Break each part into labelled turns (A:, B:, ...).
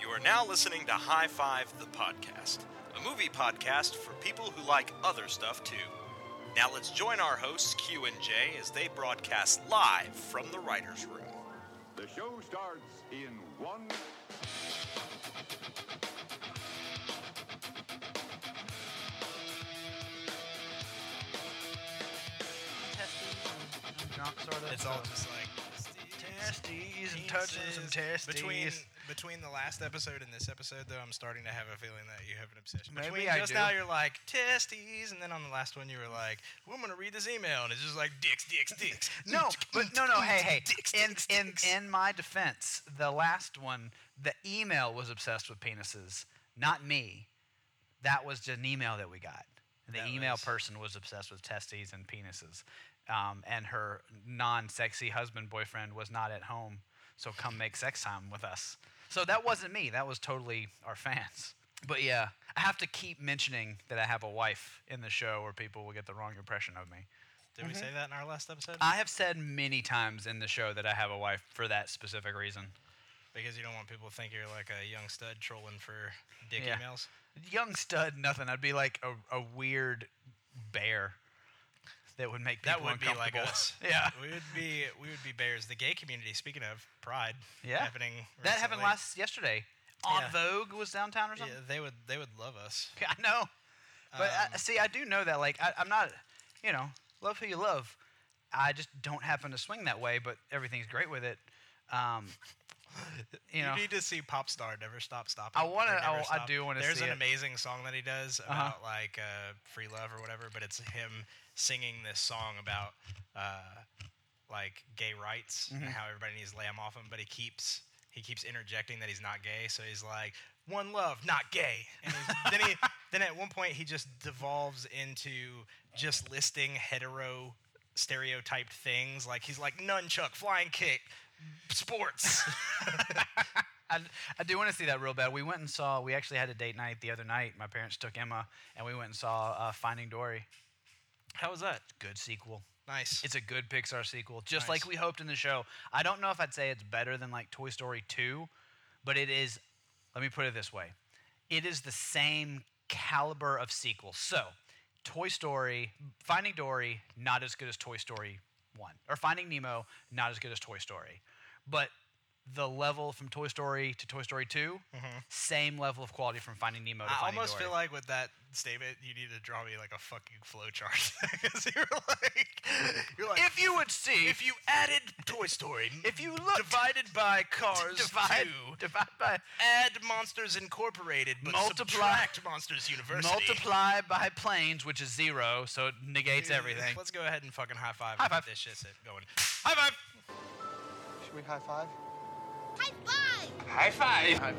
A: You are now listening to High Five the Podcast, a movie podcast for people who like other stuff too. Now let's join our hosts, Q and J, as they broadcast live from the writer's room.
B: The show starts in one.
C: testes and drunk sort of.
D: It's all just like
C: testes and touching some testes.
D: Between between the last episode and this episode, though, I'm starting to have a feeling that you have an obsession.
C: Maybe
D: between
C: I
D: just
C: do.
D: now you're like testes, and then on the last one you were like, well, I'm gonna read this email, and it's just like dicks, dicks, dicks.
C: no, but no, no. Hey, hey.
D: Dicks,
C: In
D: dicks,
C: in
D: dicks.
C: in my defense, the last one, the email was obsessed with penises, not me. That was just an email that we got. The
D: That
C: email
D: was-
C: person was obsessed with testes and penises, um, and her non-sexy husband boyfriend was not at home, so come make sex time with us. So that wasn't me. That was totally our fans. But yeah, I have to keep mentioning that I have a wife in the show, or people will get the wrong impression of me.
D: Did
C: Mm-hmm.
D: we say that in our last episode?
C: I have said many times in the show that I have a wife for that specific reason.
D: because you don't want people to think you're like a young stud trolling for dick
C: Yeah.
D: emails.
C: Young stud, nothing. I'd be like a, a weird bear that would make people
D: That would be like
C: uncomfortable.
D: us.
C: yeah.
D: we would be we would be bears. The gay community. Speaking of pride,
C: Yeah.
D: happening.
C: That happened
D: recently.
C: last yesterday. On
D: Yeah.
C: Vogue was downtown or
D: Yeah,
C: something.
D: they would they would love us.
C: I know. But I,
D: Um,
C: see, I do know that. Like, I, I'm not, you know, love who you love. I just don't happen to swing that way, but everything's great with it. Um, you
D: You,
C: know,
D: need to see Popstar Never Stop Stop.
C: I wanna-
D: Or Never
C: I w- I
D: Stop.
C: do wanna
D: There's
C: see
D: an
C: it. Uh-huh.
D: amazing song that he does about like uh, free love or whatever, but it's him singing this song about uh, like gay rights
C: Mm-hmm.
D: and how everybody needs to lay him off him, but he keeps he keeps interjecting that he's not gay, so he's like one love, not gay. And he's, then he then at one point he just devolves into just listing hetero stereotyped things like he's like nunchuck, flying kick, sports.
C: I, I do want to see that real bad. We went and saw. We actually had a date night the other night. My parents took Emma, and we went and saw uh, Finding Dory.
D: how was that?
C: Good sequel.
D: Nice.
C: It's a good Pixar sequel, just
D: Nice.
C: like we hoped in the show. I don't know if I'd say it's better than like Toy Story 2, but it is. Let me put it this way: it is the same caliber of sequel. So, Toy Story, Finding Dory, not as good as Toy Story 1, or Finding Nemo, not as good as Toy Story, but the level from Toy Story to Toy Story 2, same level of quality from Finding Nemo to
D: Mm-hmm. I
C: Finding
D: almost
C: Dory.
D: feel like with that statement, you need to draw me like a fucking flowchart. 'Cause you're like, you're like,
C: if you would see,
D: if you added Toy Story,
C: if you look
D: divided by Cars
C: divide,
D: two,
C: divide by
D: add Monsters Incorporated, but
C: Multiply-
D: subtract Monsters University,
C: multiply by planes, which is zero, so it negates
D: Dude,
C: everything.
D: Let's go ahead and fucking high five.
C: High
D: and get
C: five.
D: This shit's going. High five.
E: Should we high five?
F: High five!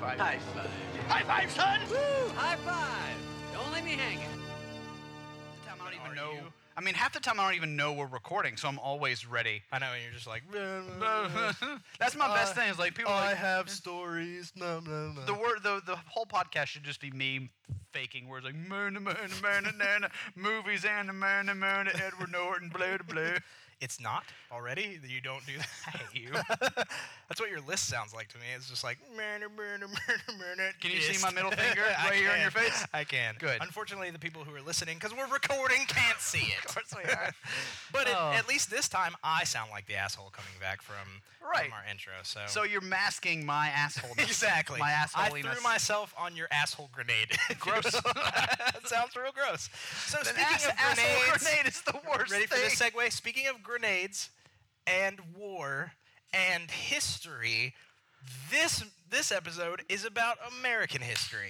C: I don't
D: Are
C: even know.
D: you-
C: I mean, half the time I don't even know we're recording, so I'm always ready. Uh,
D: I know, and you're just like.
C: That's my best thing. Is like people. are like,
D: have stories. No, no,
C: the word, the the whole podcast should just be me faking words like murna murna murna nana movies and murna murna Edward Norton blah blah. blah.
D: It's not already. You don't do that.
C: I hate you.
D: That's what your list sounds like to me. It's just like murder, murder, murder, murder.
C: Can you see my middle finger
D: I
C: right here in your
D: can.
C: face?
D: I can.
C: Good.
D: Unfortunately, the people who are listening, because we're recording, can't see it. of course we are. but it-
C: Oh.
D: at least this time, I sound like the asshole coming back from,
C: Right.
D: from our intro. So.
C: So you're masking my assholeness.
D: Exactly.
C: My
D: I
C: assholeness.
D: threw myself on your asshole grenade.
C: Gross.
D: that sounds real gross. So
C: An
D: speaking
C: ass-
D: of
C: asshole
D: grenades,
C: grenade is the worst
D: ready for
C: thing.
D: this segue? Speaking of grenades and war and history, this this episode is about American history.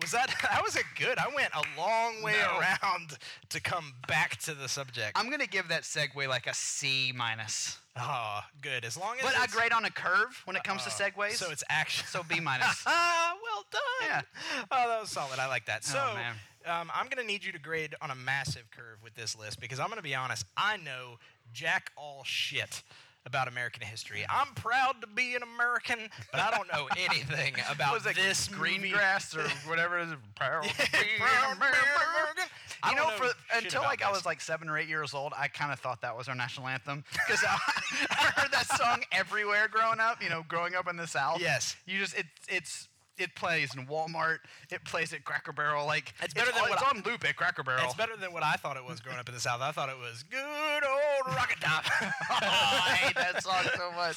D: Was that that was a good? I went a long way
C: No.
D: around to come back to the subject.
C: I'm gonna give that segue like a C minus.
D: oh, good. As long as
C: But I
D: it's-
C: grade on a curve when it comes to
D: oh,
C: segues.
D: So it's action.
C: so B minus.
D: Ah, well done.
C: Yeah.
D: Oh, that was solid. I like that. So,
C: Oh, man.
D: Um, I'm going to need you to grade on a massive curve with this list because I'm going to be honest. I know jack all shit about American
C: Mm.
D: history. I'm proud to be an American, but I don't know anything about
C: was it
D: this
C: green
D: movie.
C: grass or whatever it is. Proud to be an
D: Proud to be an
C: American.
D: American.
C: You
D: I
C: know,
D: don't
C: for
D: know shit
C: until
D: about
C: like I
D: this.
C: was like seven or eight years old, I kind of thought that was our national anthem because I, I heard that song everywhere growing up. You know, growing up in the South.
D: Yes.
C: you just it, it's it plays in Walmart. It plays at Cracker Barrel. Like
D: It's better than
C: on-
D: what
C: it's
D: I-
C: on loop at Cracker Barrel.
D: It's better than what I thought it was growing up in the South. I thought it was good old Rocket Top.
C: Oh, I hate that song so much.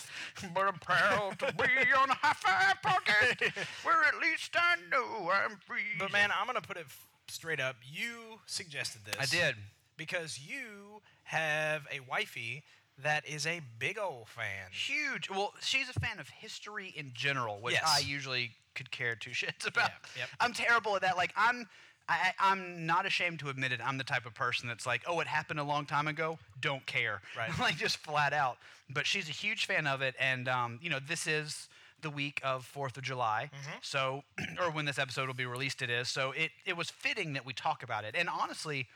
C: But I'm proud to be on a high five podcast where at least I know I'm free.
D: but man, I'm gonna put it f- straight up. You suggested this.
C: I did.
D: because you have a wifey that is a big old fan.
C: Huge. Well, she's a fan of history in general, which
D: Yes.
C: I usually could care two shits about.
D: Yeah, yep.
C: I'm terrible at that. Like I'm. I, I- I'm not ashamed to admit it. I'm the type of person that's like, oh, it happened a long time ago. Don't care.
D: Right.
C: like just flat out. But she's a huge fan of it, and um, you know, this is the week of Fourth of July,
D: Mm-hmm.
C: so or when this episode will be released, it is. So it it was fitting that we talk about it. And honestly,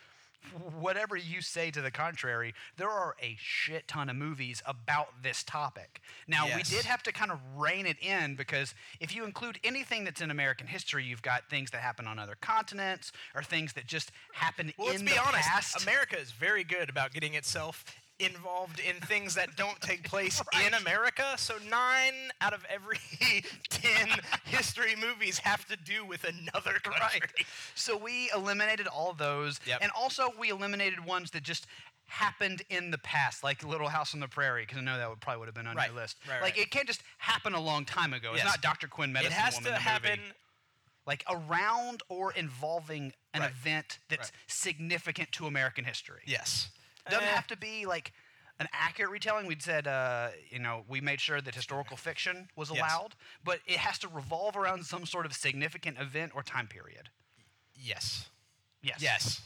C: whatever you say to the contrary, there are a shit ton of movies about this topic. Now we
D: Yes.
C: did have to kind of rein it in because if you include anything that's in American history, you've got things that happen on other continents or things that just happen
D: Well,
C: in
D: let's be
C: the
D: honest.
C: past.
D: America is very good about getting itself involved in things that don't take place in America. So nine out of every ten history movies have to do with another country.
C: So we eliminated all those,
D: Yep.
C: and also we eliminated ones that just happened in the past, like Little House on the Prairie, because I know that would probably would have been on
D: Right,
C: your list.
D: right,
C: like
D: right.
C: it can't just happen a long time ago.
D: Yes.
C: It's not Dr. Quinn
D: It
C: Medicine
D: has
C: Woman
D: to
C: the movie.
D: happen.
C: like around or involving an
D: Right,
C: event that's
D: right.
C: significant to American history.
D: Yes.
C: Doesn't
D: Eh.
C: have to be like an accurate retelling. We said, uh, you know, we made sure that historical fiction was
D: Yes.
C: allowed, but it has to revolve around some sort of significant event or time period.
D: Yes.
C: Yes.
D: Yes.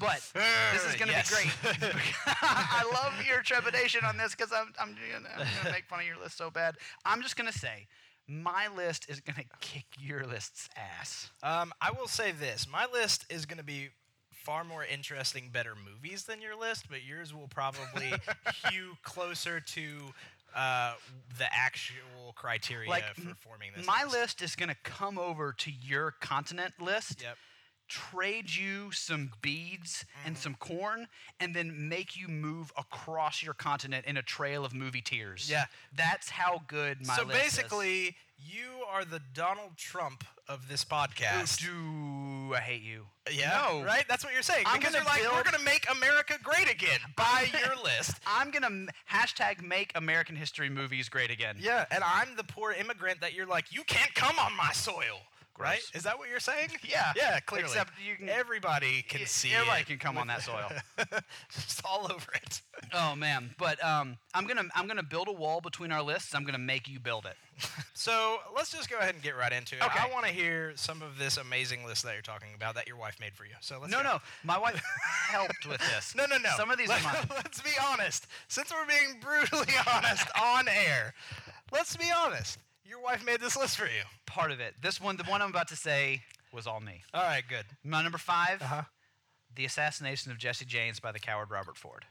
C: But this is
D: Uh,
C: going to
D: yes.
C: be great. I love your trepidation on this because I'm, I'm, gonna- I'm going to make fun of your list so bad. I'm just going to say, my list is going to kick your list's ass.
D: Um, I will say this: my list is going to be far more interesting, better movies than your list, but yours will probably hew closer to uh, the actual criteria for
C: m-
D: forming this.
C: My list is going to come over to your continent list,
D: Yep.
C: trade you some beads and
D: Mm-hmm.
C: some corn, and then make you move across your continent in a trail of movie tears.
D: Yeah.
C: That's how good my
D: so
C: list is.
D: basically, you are the Donald Trump of this podcast.
C: Ooh, do I hate you.
D: yeah,
C: No.
D: right. That's what you're saying.
C: I'm
D: because
C: gonna
D: you're like, we're
C: build-
D: going to make America great again by your list.
C: I'm going to hashtag make American history movies great again.
D: Yeah, and I'm the poor immigrant that you're like, you can't come on my soil, right?
C: Gross.
D: Is that what you're saying?
C: Yeah.
D: yeah, clearly.
C: Except you can-
D: everybody can
C: Y-
D: see
C: Everybody
D: it
C: can come on that soil.
D: just all over it.
C: oh man, but um, I'm gonna I'm gonna build a wall between our lists. I'm gonna make you build it.
D: So let's just go ahead and get right into it.
C: Okay.
D: I want to hear some of this amazing list that you're talking about that your wife made for you. So let's
C: No,
D: go.
C: no, my wife helped with this.
D: No, no, no.
C: Some of these are
D: Let,
C: mine.
D: Let's be honest. Since we're being brutally honest on air, let's be honest. Your wife made this list for you.
C: Part of it. This one, the one I'm about to say, was all me.
D: All right, good.
C: My number 5
D: Uh-huh.
C: the assassination of Jesse James by the coward Robert Ford.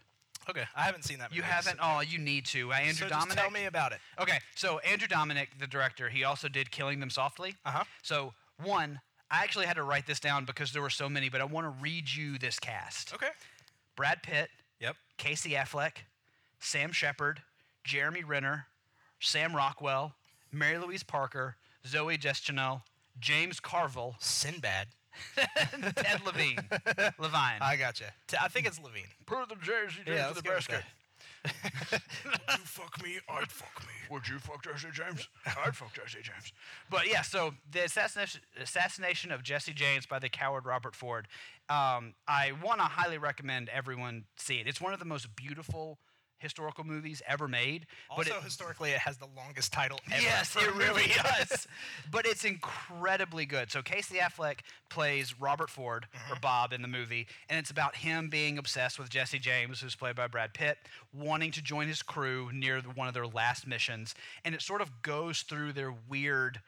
D: Okay. I haven't seen that.
C: You
D: movie.
C: haven't? Oh, you need to. Uh, Andrew
D: So just
C: Dominic.
D: tell me about it.
C: Okay, so Andrew Dominic, the director, he also did Killing Them Softly.
D: Uh-huh.
C: So one, I actually had to write this down because there were so many, but I want to read you this cast.
D: Okay.
C: Brad Pitt,
D: Yep.
C: Casey Affleck, Sam Shepard, Jeremy Renner, Sam Rockwell, Mary Louise Parker, Zoe Deschanel, James Carville,
D: Sinbad.
C: Ted Levine, Levine.
D: I gotcha. T- I think it's Levine.
C: Prove the Jesse
D: Yeah, let's go with that.
G: Would you fuck me? I'd fuck me. Would you fuck Jesse James? I'd fuck Jesse James.
C: But yeah, so the assassination, assassination of Jesse James by the coward Robert Ford. Um, I want to highly recommend everyone see it. It's one of the most beautiful historical movies ever made. but
D: Also,
C: it,
D: historically, it has the longest title ever.
C: Yes,
D: for a
C: it really
D: movie.
C: does. But it's incredibly good. So Casey Affleck plays Robert Ford or Bob in the movie, and it's about him being obsessed with Jesse James, who's played by Brad Pitt, wanting to join his crew near the, one of their last missions, and it sort of goes through their weird,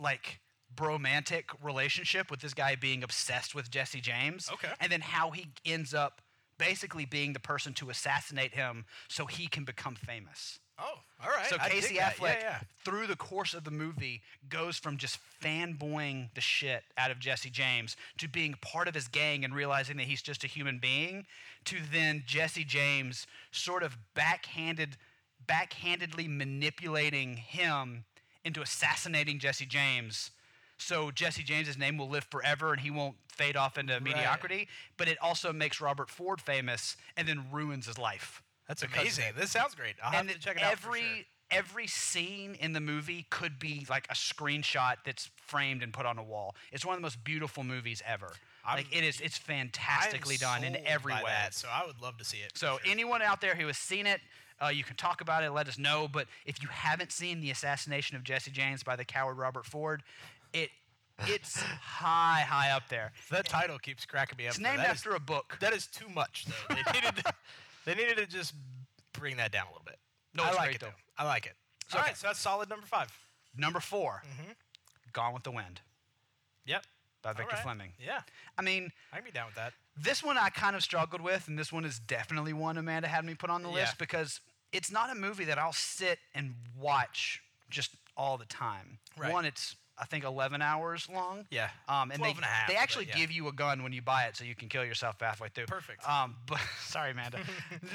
C: like. Bromantic relationship with this guy being obsessed with Jesse James.
D: Okay.
C: And then how he ends up basically being the person to assassinate him so he can become famous.
D: Oh, all right.
C: So
D: I dig
C: Casey
D: that.
C: Affleck,
D: Yeah, yeah.
C: through the course of the movie, goes from just fanboying the shit out of Jesse James to being part of his gang and realizing that he's just a human being, to then Jesse James sort of backhanded, backhandedly manipulating him into assassinating Jesse James. So Jesse James's name will live forever and he won't fade off into mediocrity. But it also makes Robert Ford famous and then ruins his life
D: That's amazing. This sounds great. I'll have
C: and
D: to check it out. for
C: every
D: sure.
C: every scene in the movie could be like a screenshot that's framed and put on a wall. It's one of the most beautiful movies ever. like it is, it's
D: I am
C: fantastically done in
D: sold
C: every
D: by
C: way.
D: that, so I would love to see it. for
C: So
D: sure.
C: anyone out there who has seen it, uh, you can talk about it. Let us know. But if you haven't seen the assassination of Jesse James by the coward Robert Ford, it it's high high up there.
D: that title keeps cracking me up.
C: It's
D: though.
C: named
D: That is-
C: after a book.
D: that is too much though. They needed to, they needed to just bring that down a little bit.
C: No,
D: I
C: it's
D: like
C: great,
D: it
C: though.
D: I like it. All right, so that's solid number five.
C: Number 4
D: Mm-hmm.
C: Gone with the Wind
D: Yep.
C: by
D: All
C: Victor
D: right.
C: Fleming.
D: Yeah,
C: I mean,
D: I can be down with that.
C: This one I kind of struggled with, and this one is definitely one Amanda had me put on the
D: Yeah.
C: list because it's not a movie that I'll sit and watch just all the time.
D: Right.
C: One, it's I think 11 hours long.
D: Yeah.
C: Um, and
D: 12
C: they,
D: and a half,
C: they
D: but
C: actually
D: yeah.
C: give you a gun when you buy it, so you can kill yourself halfway through.
D: Perfect.
C: Um, but sorry, Amanda.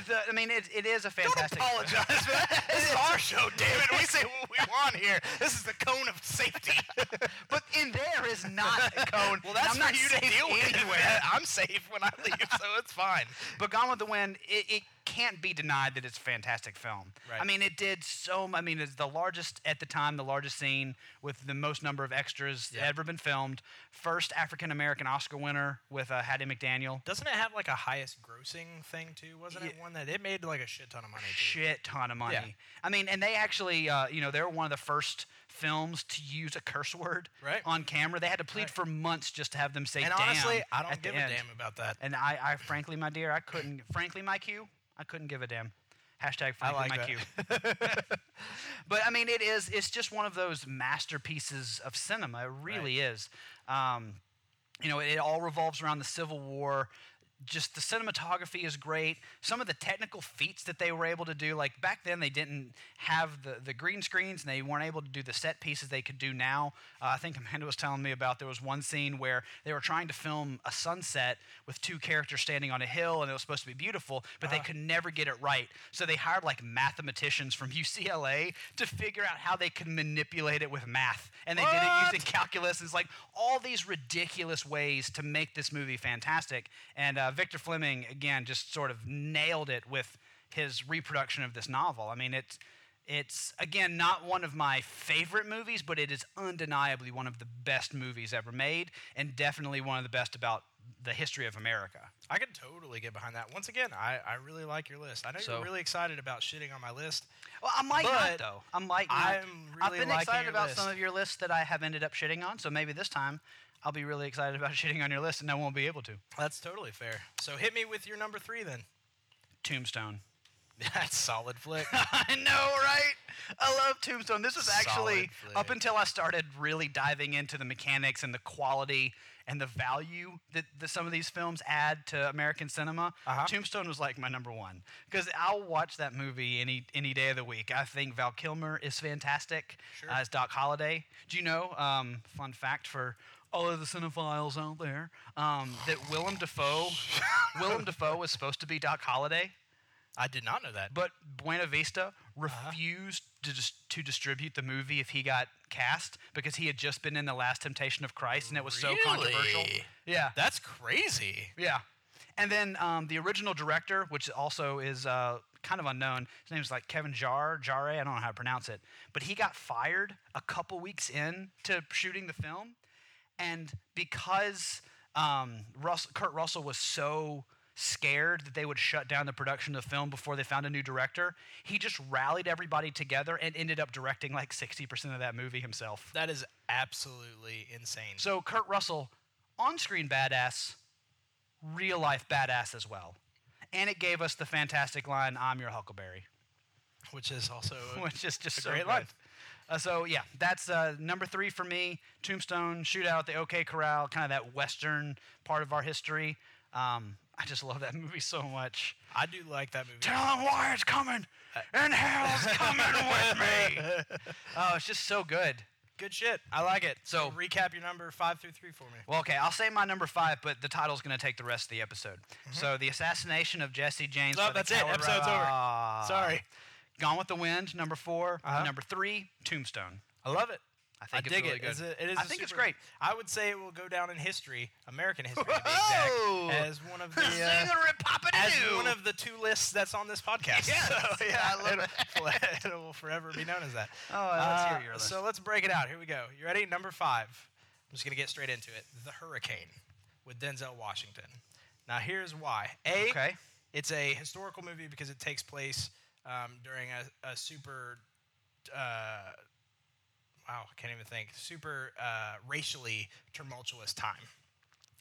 C: The- I mean, it, it is a fantastic.
D: for that. This is our show, damn it. We say what we want here. This is the cone of safety.
C: but in there is not a cone.
D: well, that's
C: and I'm not
D: for you to
C: safe
D: deal with.
C: anywhere.
D: I'm safe when I leave, so it's fine.
C: But Gone with the Wind, it, it can't be denied that it's a fantastic film.
D: Right.
C: I mean, it did so. m- I mean, it's the largest at the time, the largest scene with the most number of extras that
D: Yeah.
C: ever been filmed. First African American Oscar winner with uh, Hattie McDaniel.
D: Doesn't it have like a highest grossing thing too? Wasn't it one that it made like a shit ton of money? Too?
C: Shit ton of money. I mean, and they actually, uh, you know, they were one of the first films to use a curse word
D: Right.
C: on camera. They had to plead
D: Right.
C: for months just to have them say
D: And
C: "damn"
D: honestly, I
C: at
D: don't
C: the
D: give a
C: end.
D: damn about that.
C: And I, I frankly, my dear, I couldn't. Frankly, my Q, I couldn't give a damn. Hashtag frankly,
D: like
C: my
D: that.
C: Q. but I mean, it is. It's just one of those masterpieces of cinema. It really is. Um, you know, it all revolves around the Civil War. Just the cinematography is great. Some of the technical feats that they were able to do, like back then, they didn't have the, the green screens and they weren't able to do the set pieces they could do now. Uh, I think Amanda was telling me about there was one scene where they were trying to film a sunset with two characters standing on a hill and it was supposed to be beautiful, but they could never get it right. So they hired like mathematicians from UCLA to figure out how they could manipulate it with math. And they did it using calculus. It's like all these ridiculous ways to make this movie fantastic. And uh, Victor Fleming, again, just sort of nailed it with his reproduction of this novel. I mean, it's. It's again not one of my favorite movies, but it is undeniably one of the best movies ever made, and definitely one of the best about the history of America.
D: I can totally get behind that. Once again, I, I really like your list. I know
C: So-
D: you're really excited about shitting on my list.
C: Well, I might not
D: But
C: though. I might not.
D: I'm
C: have
D: really
C: been
D: liking
C: excited
D: your
C: about
D: list.
C: some of your lists that I have ended up shitting on, so maybe this time I'll be really excited about shitting on your list, and I won't be able to.
D: That's totally fair. So hit me with your number three then.
C: Tombstone.
D: That's solid flick.
C: I know, right? I love Tombstone. This was actually
D: Solid
C: up
D: flick.
C: until I started really diving into the mechanics and the quality and the value that, that some of these films add to American cinema.
D: Uh-huh.
C: Tombstone was like my number one because I'll watch that movie any any day of the week. I think Val Kilmer is fantastic
D: Sure.
C: as Doc Holliday. Do you know? Um, fun fact for. All of the cinephiles out there, um, that Willem Dafoe, Willem Dafoe was supposed to be Doc Holliday.
D: I did not know that. Uh-huh.
C: But Buena Vista refused to, dis- to distribute the movie if he got cast because he had just been in The Last Temptation of Christ and it was so controversial.
D: Really?
C: Yeah.
D: That's crazy.
C: yeah. And then um, the original director, which also is uh, kind of unknown, his name is like Kevin Jar, Jare, I don't know how to pronounce it, but he got fired a couple weeks in to shooting the film. And because um, Russ, Kurt Russell was so scared that they would shut down the production of the film before they found a new director, he just rallied everybody together and ended up directing like 60% of that movie himself.
D: That is absolutely insane.
C: So Kurt Russell, on-screen badass, real-life badass as well. And it gave us the fantastic line, "I'm your Huckleberry,"
D: Which is also
C: which is just
D: a
C: so
D: great
C: good.
D: line.
C: Uh, so yeah, that's uh, number three for me. Tombstone shootout, the OK Corral, kind of that Western part of our history. Um, I just love that movie so much.
D: I do like that movie.
C: Tell him why it's coming, and hell's coming with me. Oh, it's just so good.
D: Good shit. I like it.
C: So-
D: recap your number five through three for me.
C: Well, okay, I'll say my number five, but the title's going to take the rest of the episode. So, the assassination of Jesse James. by the
D: Oh, Mm-hmm. that's it.
C: Colorado-
D: Episode's over.
C: Ah.
D: Sorry.
C: Gone with the Wind, number 4
D: Uh-huh.
C: Number three, Tombstone.
D: I love it.
C: I think it's
D: dig
C: really
D: it.
C: good.
D: It's a- it is
C: I
D: a
C: think it's
D: super-
C: great.
D: I would say it will go down in history, American history to be exact,
C: Whoa!
D: as one of the
C: Sing
D: uh,
C: a rip-poppin'
D: as
C: do.
D: one of the two lists that's on this podcast.
C: Yes.
D: So, yeah,
C: I love
D: it. it will forever be known as that.
C: Oh, let's hear
D: Uh,
C: your
D: So
C: list.
D: let's break it out. Here we go. You ready? Number five. I'm just gonna get straight into it. The Hurricane with Denzel Washington. Now here's why. A.
C: Okay.
D: It's a historical movie because it takes place um, during a, a super. Uh, wow, I can't even think. Super uh, racially tumultuous time.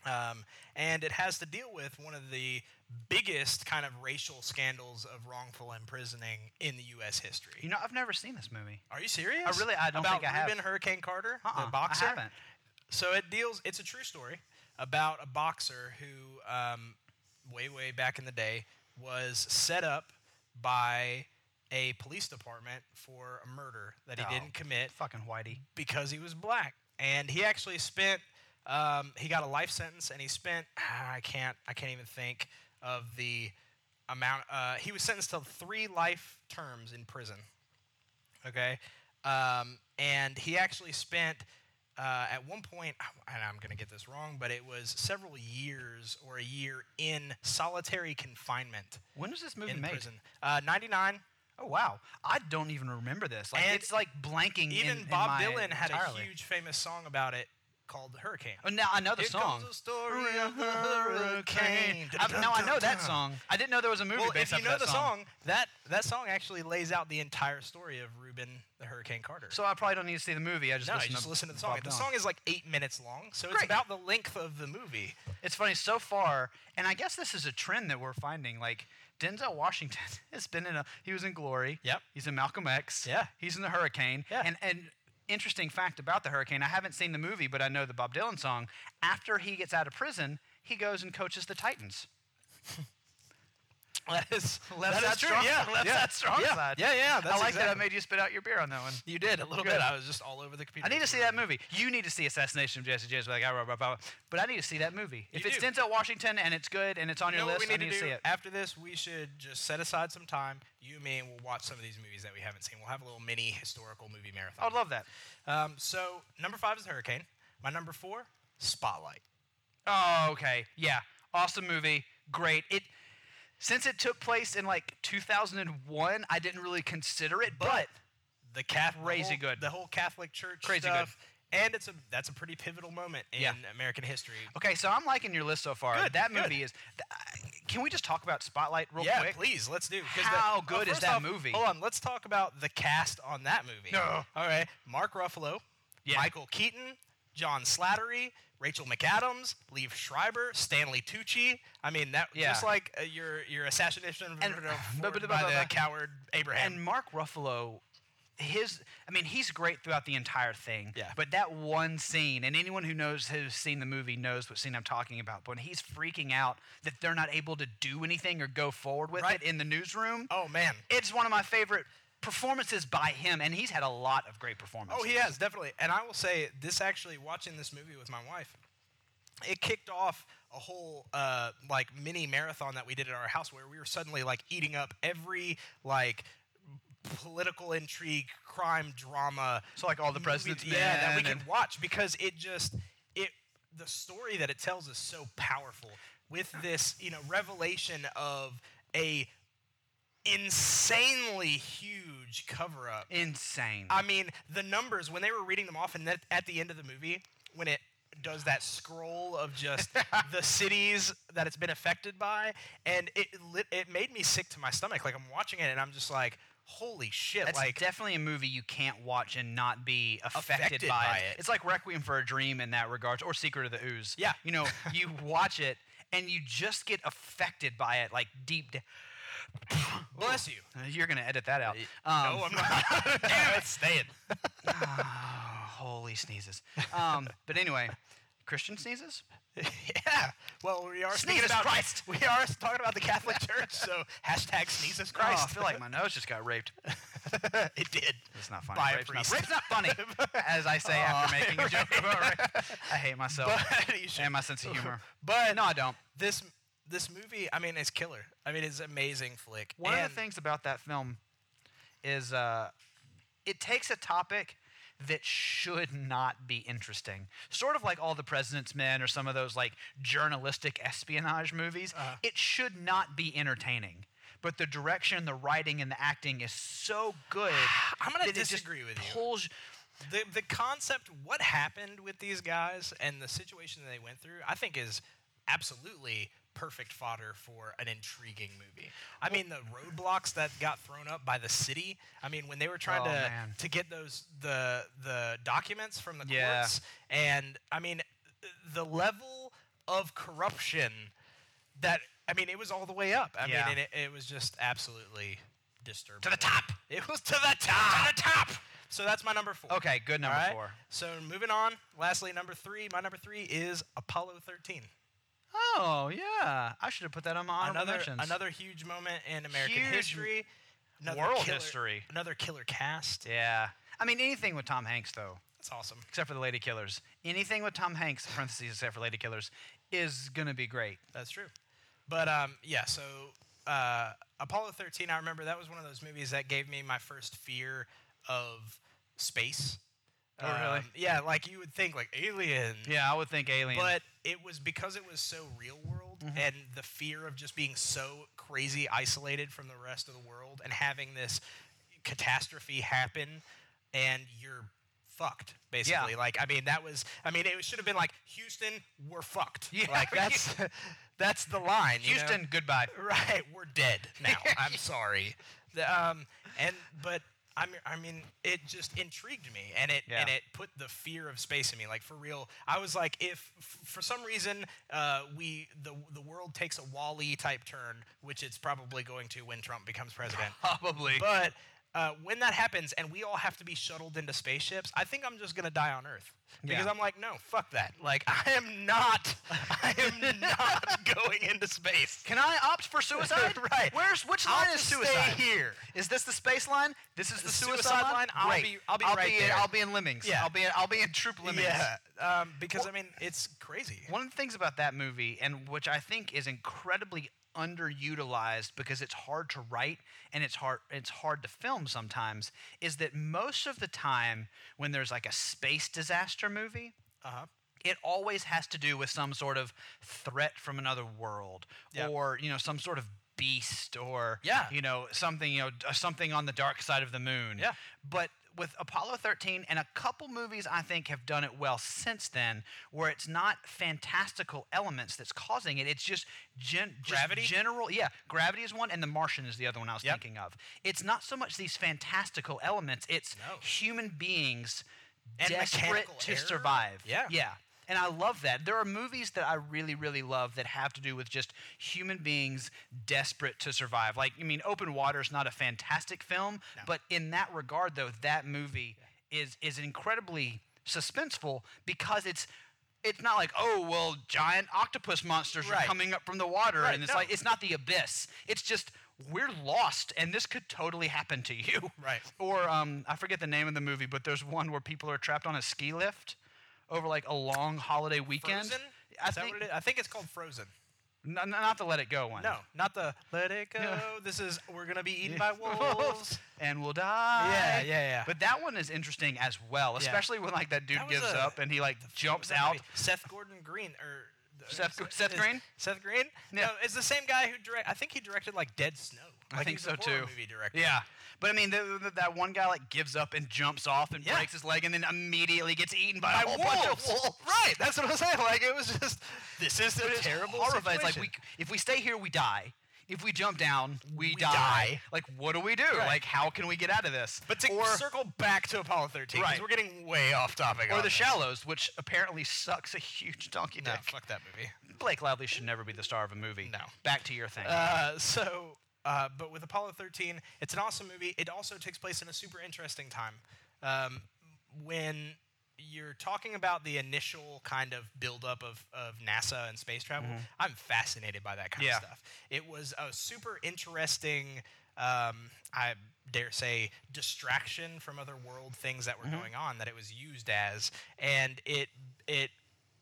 D: Um, and it has to deal with one of the biggest kind of racial scandals of wrongful imprisoning in the U.S. history.
C: You know, I've never seen this movie.
D: Are you serious?
C: I really- I don't
D: about
C: think I have.
D: Reuben Hurricane Carter,
C: Uh-uh,
D: the boxer.
C: I haven't.
D: So it deals. It's a true story about a boxer who, um, way way back in the day, was set up by a police department for a murder that he
C: Oh,
D: didn't commit
C: Fucking Whitey.
D: because he was black, and he actually spent. Um, he got a life sentence, and he spent. ah, I can't. I can't even think of the amount. Uh, he was sentenced to three life terms in prison. Okay, um, and he actually spent. Uh, at one point, and I'm going to get this wrong, but it was several years or a year in solitary confinement
C: When was this movie
D: in
C: made?
D: prison. Uh, 99,
C: Oh wow, I don't even remember this. Like
D: And
C: it's like blanking.
D: even
C: in, in
D: Bob
C: my
D: Dylan had
C: entirely.
D: a huge famous song about it called Hurricane.
C: Oh, now I know the
D: Here
C: song.
D: comes the story of hurricane.
C: I, no, I know that song. I didn't know there was a movie
D: Well,
C: based
D: if
C: off
D: you know
C: of that
D: the song, that that song actually lays out the entire story of Reuben the Hurricane Carter.
C: So I probably don't need to see the movie. I just
D: no,
C: listen
D: you just
C: to
D: listen to the song.
C: Bob
D: The
C: Dylan.
D: song is like eight minutes long, so it's
C: Great.
D: about the length of the movie.
C: It's funny so far, and I guess this is a trend that we're finding. Like Denzel Washington has been in a. He was in Glory.
D: Yep.
C: He's in Malcolm X.
D: Yeah.
C: He's in the Hurricane.
D: Yeah.
C: And and interesting fact about the Hurricane, I haven't seen the movie, but I know the Bob Dylan song. After he gets out of prison, he goes and coaches the Titans.
D: That is
C: Left
D: that
C: side
D: is true.
C: strong
D: Yeah,
C: side. Left
D: yeah.
C: side strong
D: yeah.
C: side.
D: Yeah, yeah. That's
C: I like that I
D: exactly-
C: made you spit out your beer on that one.
D: You did a little
C: Good.
D: bit. I was just all over the computer.
C: I need to see that movie. You need to see Assassination of Jesse James. Like, ah, I wrote, but I need to see that movie. If
D: You
C: it's
D: do.
C: Denzel Washington and it's good and it's on
D: You know
C: your
D: what
C: list,
D: we need,
C: I need to,
D: to, do
C: see it.
D: after this? We should just set aside some time. You and me, and we'll watch some of these movies that we haven't seen. We'll have a little mini historical movie marathon.
C: I would love that.
D: Um, so number five is the Hurricane. My number four, Spotlight.
C: Oh, okay. Yeah. Awesome movie. Great. It since it took place in like 2001, I didn't really consider it, but,
D: The Catholic,
C: Crazy good.
D: The whole Catholic Church
C: Crazy good.
D: stuff. And it's a that's a pretty pivotal moment in
C: Yeah.
D: American history.
C: okay, so I'm liking your list so far.
D: Good,
C: that
D: good.
C: movie is th- Can we just talk about Spotlight real
D: yeah,
C: quick?
D: please let's do. 'cause oh,
C: How good is
D: first
C: that
D: off,
C: movie?
D: Hold on, let's talk about the cast on that movie.
C: No.
D: all right, Mark Ruffalo,
C: Yeah.
D: Michael Keaton, John Slattery, Rachel McAdams, Liev Schreiber, Stanley Tucci. I mean that
C: Yeah.
D: just like uh, your your assassination of
C: And-
D: Rudolph
C: blah,
D: Ford
C: blah,
D: by
C: blah, blah.
D: the coward Abraham.
C: And Mark Ruffalo, his I mean, he's great throughout the entire thing.
D: Yeah.
C: But that one scene, and anyone who knows who's seen the movie knows what scene I'm talking about. But when he's freaking out that they're not able to do anything or go forward with
D: Right.
C: it in the newsroom.
D: oh man,
C: It's one of my favorite performances by him, and he's had a lot of great performances.
D: Oh, he has definitely. And I will say this actually watching this movie with my wife, it kicked off a whole uh, like mini marathon that we did at our house where we were suddenly like eating up every like political intrigue, crime, drama.
C: So, like, all the
D: movie-
C: President's
D: yeah, that we
C: Men
D: could
C: and-
D: watch because it just it the story that it tells is so powerful with this you know revelation of a insanely huge cover up
C: Insane.
D: I mean, the numbers when they were reading them off, and that, at the end of the movie, when it does that scroll of just the cities that it's been affected by, and it lit, it made me sick to my stomach. Like I'm watching it, and I'm just like, holy shit!
C: That's
D: like
C: definitely a movie you can't watch and not be affected,
D: Affected
C: by,
D: by
C: it.
D: it.
C: It's like Requiem for a Dream in that regard, or Secret of the Ooze.
D: Yeah.
C: You know, you watch it and you just get affected by it, like deep down.
D: bless you.
C: You're gonna edit that out.
D: Uh,
C: Um,
D: no, I'm not. Damn it, stay it.
C: Ah, holy sneezes. Um, but anyway, Christian sneezes?
D: yeah. Well, we are speaking
C: Sneezes
D: about
C: Christ.
D: We are talking about the Catholic Church, so hashtag sneezes Christ.
C: Oh, I feel like my nose just got raped.
D: it did.
C: It's not funny.
D: By a
C: rape's, not,
D: priest.
C: rape's not funny, as I say after
D: Aw.
C: making a joke about rape. I hate myself
D: But you should-
C: and my sense of humor.
D: But
C: No, I don't.
D: this this movie, I mean, it's killer. I mean, it's an amazing flick.
C: One of
D: And-
C: the things about that film is uh, it takes a topic that should not be interesting. Sort of like all the President's Men or some of those like journalistic espionage movies.
D: Uh-huh.
C: it should not be entertaining. But the direction, the writing, and the acting is so good.
D: I'm gonna
C: that it just
D: disagree with you.
C: pulls-
D: the the concept, what happened with these guys and the situation that they went through, I think is absolutely perfect fodder for an intriguing movie. I mean, the roadblocks that got thrown up by the city. I mean, when they were trying
C: Oh,
D: to
C: man.
D: to get those the the documents from the
C: Yeah.
D: courts, and I mean, the level of corruption that I mean, it was all the way up. I
C: Yeah.
D: mean, and it, it was just absolutely disturbing.
C: the top.
D: It was to the top. To the top. So that's my number four.
C: Okay, good number
D: All right?
C: four.
D: So moving on. Lastly, number three. My number three is Apollo 13.
C: Oh yeah, I should have put that on my honorable
D: Another
C: mentions.
D: another huge moment in American
C: Huge
D: history. Another
C: world
D: killer-
C: history.
D: Another killer cast.
C: Yeah, I mean anything with Tom Hanks though,
D: That's awesome.
C: except for the Lady Killers. Anything with Tom Hanks, parentheses except for Lady Killers, is gonna be great.
D: That's true. But um, yeah, so uh, Apollo 13, I remember that was one of those movies that gave me my first fear of space.
C: Oh, really?
D: Um, yeah, like you would think, like alien.
C: Yeah, I would think Alien. Mm-hmm.
D: But it was because it was so real world and the fear of just being so crazy isolated from the rest of the world and having this catastrophe happen and you're fucked basically like i mean that was i mean it should have been like houston we're fucked
C: Yeah.
D: like that's that's the line you know?
C: Houston, goodbye.
D: right we're dead now i'm sorry The- um and but I mean, I mean, it just intrigued me, and it and
C: Yeah.
D: it put the fear of space in me. Like for real, I was like, if f- for some reason uh, we the the world takes a Wall-E type turn, which it's probably going to when Trump becomes president.
C: Probably.
D: But uh, when that happens and we all have to be shuttled into spaceships, I think I'm just gonna die on Earth because
C: Yeah.
D: I'm like, no, fuck that. Like I am not, I am not going into space.
C: Can I opt for suicide?
D: Right.
C: Where's which
D: I'll
C: line is
D: just stay
C: suicide?
D: here.
C: Is this the space line? This is the suicide,
D: Suicide line? I'll
C: Great.
D: be- I'll be right
C: In,
D: there.
C: I'll be in Lemmings.
D: Yeah.
C: I'll be in, I'll be in Troop Lemmings.
D: Yeah, um, because I mean, it's crazy.
C: One of the things about that movie, and which I think is incredibly underutilized because it's hard to write and it's hard it's hard to film sometimes, is that most of the time when there's like a space disaster movie,
D: Uh-huh.
C: it always has to do with some sort of threat from another world
D: Yeah.
C: or you know some sort of beast or
D: Yeah.
C: you know something you know d- something on the dark side of the moon
D: Yeah.
C: but with apollo 13 and a couple movies i think have done it well since then where it's not fantastical elements that's causing it it's just, gen- just
D: Gravity?
C: general yeah gravity is one and the martian is the other one i was
D: Yep.
C: thinking of it's not so much these fantastical elements it's
D: No.
C: human beings
D: And
C: desperate
D: mechanical
C: to
D: error?
C: survive
D: Yeah.
C: yeah. And I love that. There are movies that I really, really love that have to do with just human beings desperate to survive. Like, I mean, Open Water is not a fantastic film, but in that regard, though, that movie is is incredibly suspenseful because it's it's not like oh well giant octopus monsters are
D: Right.
C: coming up from the water
D: Right,
C: and it's
D: no.
C: like it's not the abyss it's just we're lost and this could totally happen to you
D: Right.
C: or um, I forget the name of the movie, but there's one where people are trapped on a ski lift over like a long holiday weekend.
D: Frozen?
C: I
D: Is that
C: think
D: what it is? I think it's called Frozen.
C: no, no, not the Let It Go one.
D: No, not the Let It Go.
C: Yeah.
D: This is We're Gonna Be Eaten by
C: Yeah.
D: Wolves.
C: and we'll die.
D: Yeah, yeah, yeah.
C: But that one is interesting as well, especially when like that dude
D: That was
C: gives
D: a-
C: up and he like jumps
D: That
C: out.
D: movie. Seth Gordon Green or the-
C: Seth-
D: is-
C: Seth
D: is-
C: Green?
D: Seth Green.
C: Yeah.
D: No, it's the same guy who direct. I think he directed like Dead Snow.
C: I
D: Like,
C: think
D: he's
C: so
D: a horror
C: too.
D: Movie director.
C: Yeah, but I mean, th th- that one guy like gives up and jumps off and
D: Yeah.
C: breaks his leg, and then immediately gets eaten by,
D: By
C: a whole bunch of
D: wolves.
C: wolves.
D: Right. That's what I'm saying. Like it was just. This is a
C: It's
D: terrible
C: horrifying. It's like we,
D: situation.
C: c- if we stay here, we die. If we jump down, we,
D: We
C: die.
D: die.
C: Like, what do we do?
D: Right.
C: Like, how can we get out of this?
D: But to
C: or,
D: circle back to Apollo 13, 'cause
C: Right.
D: we're getting way off topic.
C: or
D: on
C: the
D: this.
C: Shallows, which apparently sucks a huge donkey
D: No,
C: dick.
D: fuck that movie.
C: Blake Lively should never be the star of a movie.
D: No.
C: Back to your thing.
D: Uh, so, uh, but with Apollo 13, it's an awesome movie. It also takes place in a super interesting time um, when you you're talking about the initial kind of buildup of, of NASA and space travel, I'm fascinated by that kind
C: Yeah.
D: of stuff. It was a super interesting, um, I dare say, distraction from other world things that were
C: Mm-hmm.
D: going on that it was used as, and it it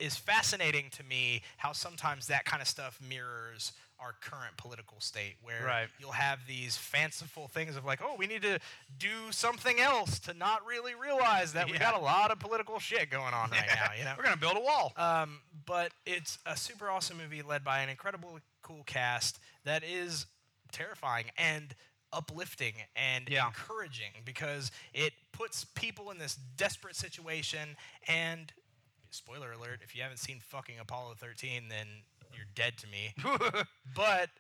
D: is fascinating to me how sometimes that kind of stuff mirrors our current political state where
C: Right.
D: you'll have these fanciful things of like oh we need to do something else to not really realize that we
C: Yeah.
D: got a lot of political shit going on right now you know
C: We're gonna build a wall.
D: um, but it's a super awesome movie led by an incredible cool cast that is terrifying and uplifting and
C: Yeah.
D: encouraging because it puts people in this desperate situation and spoiler alert if you haven't seen fucking apollo 13 then you're dead to me but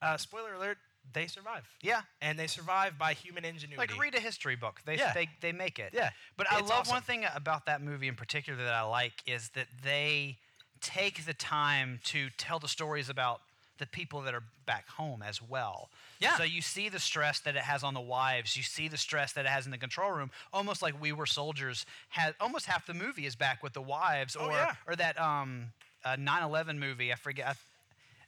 D: uh, spoiler alert they survive
C: yeah.
D: and they survive by human ingenuity
C: Like read a history book. They
D: Yeah.
C: they they make it.
D: Yeah.
C: But I
D: It's
C: love
D: awesome.
C: one thing about that movie in particular that I like is that they take the time to tell the stories about the people that are back home as well.
D: Yeah.
C: So you see the stress that it has on the wives. You see the stress that it has in the control room. Almost like we were soldiers. Had almost half the movie is back with the wives, or
D: Oh, yeah.
C: or that um, uh, 9/11 movie. I forget. I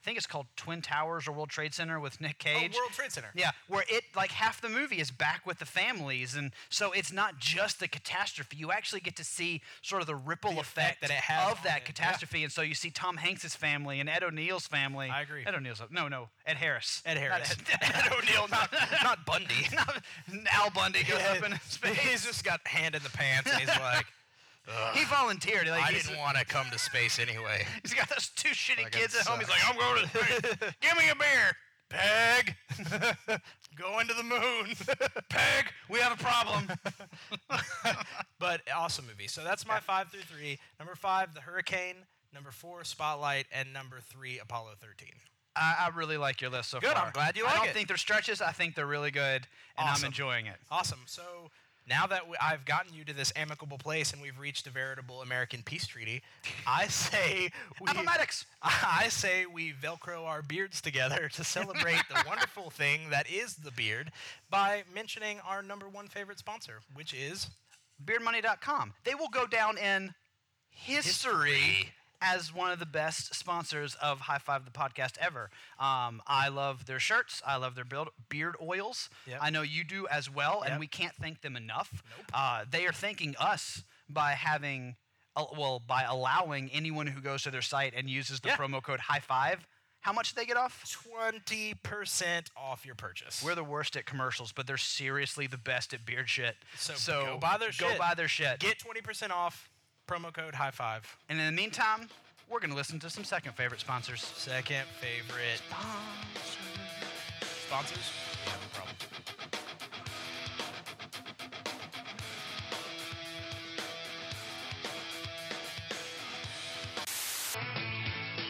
C: think it's called Twin Towers or World Trade Center with Nick
D: Oh,
C: Cage.
D: world trade center
C: Yeah, where it like half the movie is back with the families, and so it's not just the catastrophe. You actually get to see sort of the ripple
D: The
C: effect,
D: effect that it has
C: of
D: on
C: that
D: it, yeah.
C: catastrophe, and so you see Tom Hanks's family and Ed O'Neill's family.
D: I agree.
C: Ed O'Neill's no, no, Ed Harris.
D: Ed
C: Not
D: Harris.
C: Ed, Ed O'Neill, not not Bundy. Al Bundy goes up in space.
D: he's just got hand in the pants and he's like
C: he volunteered. Like,
D: I
C: he's-
D: didn't want to come to space anyway.
C: He's got those two shitty
D: Like,
C: kids
D: it
C: at home. He's like,
D: sucks.
C: I'm going to.
D: Give me a beer, Peg. Going to the moon, Peg.
C: We have a problem.
D: But awesome movie. So that's my five through three. Number five, The Hurricane. Number four, Spotlight, and number three, Apollo 13.
C: I, I really like your list so
D: Good,
C: far.
D: I'm glad you
C: I
D: like
C: don't
D: it.
C: think they're stretches. I think they're really good, and
D: Awesome.
C: I'm enjoying it.
D: Awesome. So now that we, I've gotten you to this amicable place and we've reached a veritable American peace treaty, I say we.
C: Appomattox.
D: I say we Velcro our beards together to celebrate the wonderful thing that is the beard by mentioning our number one favorite sponsor, which is
C: beardmoney.com. They will go down in history, as one of the best sponsors of High Five the podcast ever. Um, I love their shirts. I love their build, beard oils.
D: Yep.
C: I know you do as well,
D: Yep.
C: and we can't thank them enough. Uh, they are thanking us by having, uh, well, by allowing anyone who goes to their site and uses the
D: Yeah.
C: promo code High Five. How much do they get off?
D: 20% off your purchase.
C: We're the worst at commercials, but they're seriously the best at beard shit.
D: So go buy their
C: Go
D: shit.
C: buy their shit.
D: Get 20% off, promo code high five.
C: And in the meantime, we're going to listen to some second favorite sponsors.
D: Second favorite sponsors. We have a problem.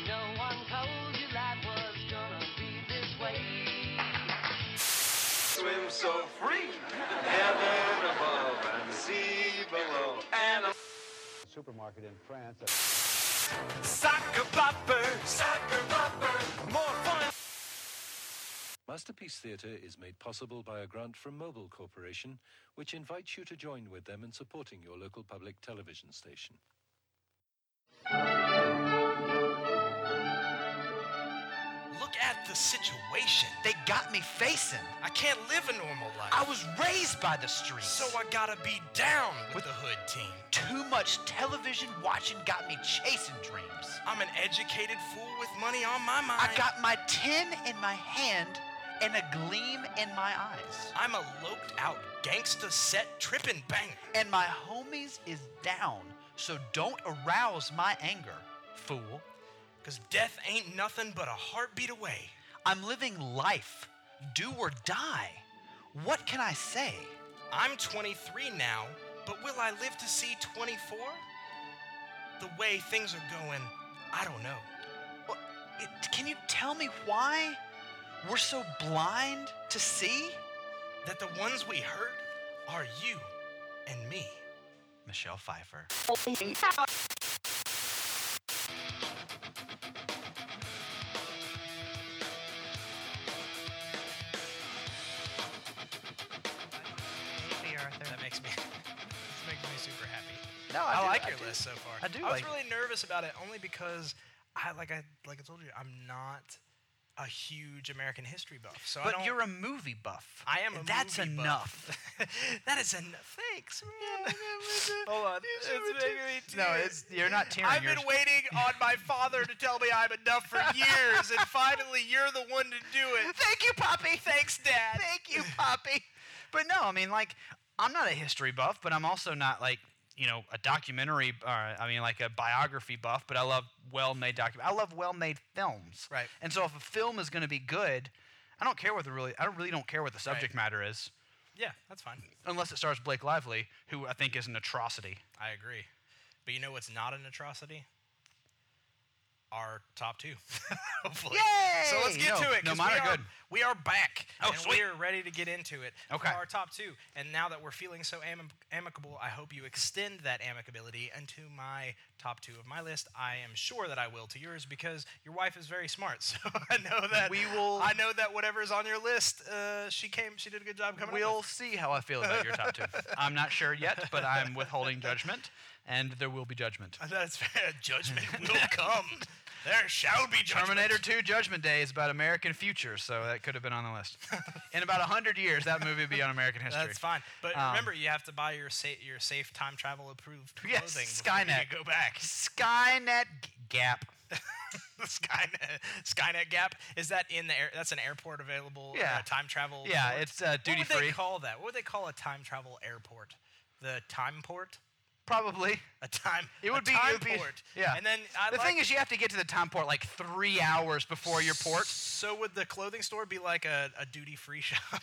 H: No one told you life was gonna be this way.
B: Swim so free, heaven above and sea below. And a supermarket in France. Soccer popper, soccer popper, more fun.
I: Masterpiece Theatre is made possible by a grant from Mobile Corporation, which invites you to join with them in supporting your local public television station.
D: Look at the situation.
C: They got me facing.
D: I can't live a normal life.
C: I was raised by the streets.
D: so I gotta be down with, the hood team.
C: too much television watching got me chasing dreams.
D: I'm an educated fool with money on my mind.
C: I got my tin in my hand and a gleam in my eyes.
D: I'm a loped out gangsta set trippin' banger.
C: And my homies is down, so don't arouse my anger, fool.
D: Cause death ain't nothing but a heartbeat away.
C: I'm living life, do or die. What can I say?
D: I'm 23 now, but will I live to see 24? The way things are going, I don't know.
C: What- it- Can you tell me why we're so blind to see?
D: That the ones we hurt are you and me.
C: Michelle Pfeiffer.
D: That makes me, this makes me super happy.
C: No, I
D: I,
C: do-
D: like
C: I
D: your
C: do.
D: list so far.
C: I do
D: I was
C: like-
D: really nervous about it only because I like I like I told you I'm not a huge American history buff. So I
C: But
D: don't,
C: you're a movie buff.
D: I am a
C: That's
D: movie buff.
C: enough.
D: that is enough. Thanks, man.
C: Hold on.
D: You should
C: It's
D: be
C: making me
D: tear-
C: No, it's- you're not tearing,
D: I've
C: you're
D: been
C: just-
D: waiting on my father to tell me I'm enough for years, and finally you're the one to do it.
C: Thank you, Poppy. Thanks, Dad. Thank you, Poppy. But no, I mean, like, I'm not a history buff, but I'm also not like, you know, a documentary. Or, I mean, like a biography buff. But I love well-made docu. I love well-made films.
D: Right.
C: And so, if a film is going to be good, I don't care what the really. I don't really don't care what the subject matter is,
D: Yeah, that's fine.
C: unless it stars Blake Lively, who I think is an atrocity.
D: I agree. But you know what's not an atrocity? Our top two. Hopefully. So let's
C: Yay!
D: get
C: No,
D: to it.
C: no,
D: 'cause
C: mine
D: we
C: are good.
D: We are back.
C: Oh,
D: and
C: sweet.
D: We are ready to get into it.
C: Okay.
D: For our top two. And now that we're feeling so ami- amicable, I hope you extend that amicability into my top two of my list. I am sure that I will to yours because your wife is very smart. So I know that
C: We will-
D: I know that whatever is on your list, uh, she came. She did a good job coming. up
C: We'll
D: with.
C: see how I feel about your top two. I'm not sure yet, but I'm withholding judgment, and there will be judgment.
D: That's fair. Judgment will come. There shall be judgment.
C: Terminator 2 Judgment Day is about American future, so that could have been on the list. In about 100 years, that movie would be on American history.
D: That's fine. But
C: Um,
D: remember, you have to buy your sa- your safe time travel approved clothing.
C: Yes,
D: before
C: Skynet.
D: You go back.
C: Skynet g- Gap.
D: Skynet. Skynet Gap. Is that in the air? That's an airport available. uh,
C: Yeah.
D: time travel.
C: Yeah,
D: port?
C: it's, uh, duty
D: What would
C: free.
D: they call that? What would they call a time travel airport? The time port.
C: Probably.
D: A time.
C: It
D: a
C: would be. it
D: time
C: would be-
D: port.
C: yeah.
D: And then I
C: the
D: like,
C: thing is, you have to get to the time port like three hours before your port.
D: So would the clothing store be like a, a duty free shop?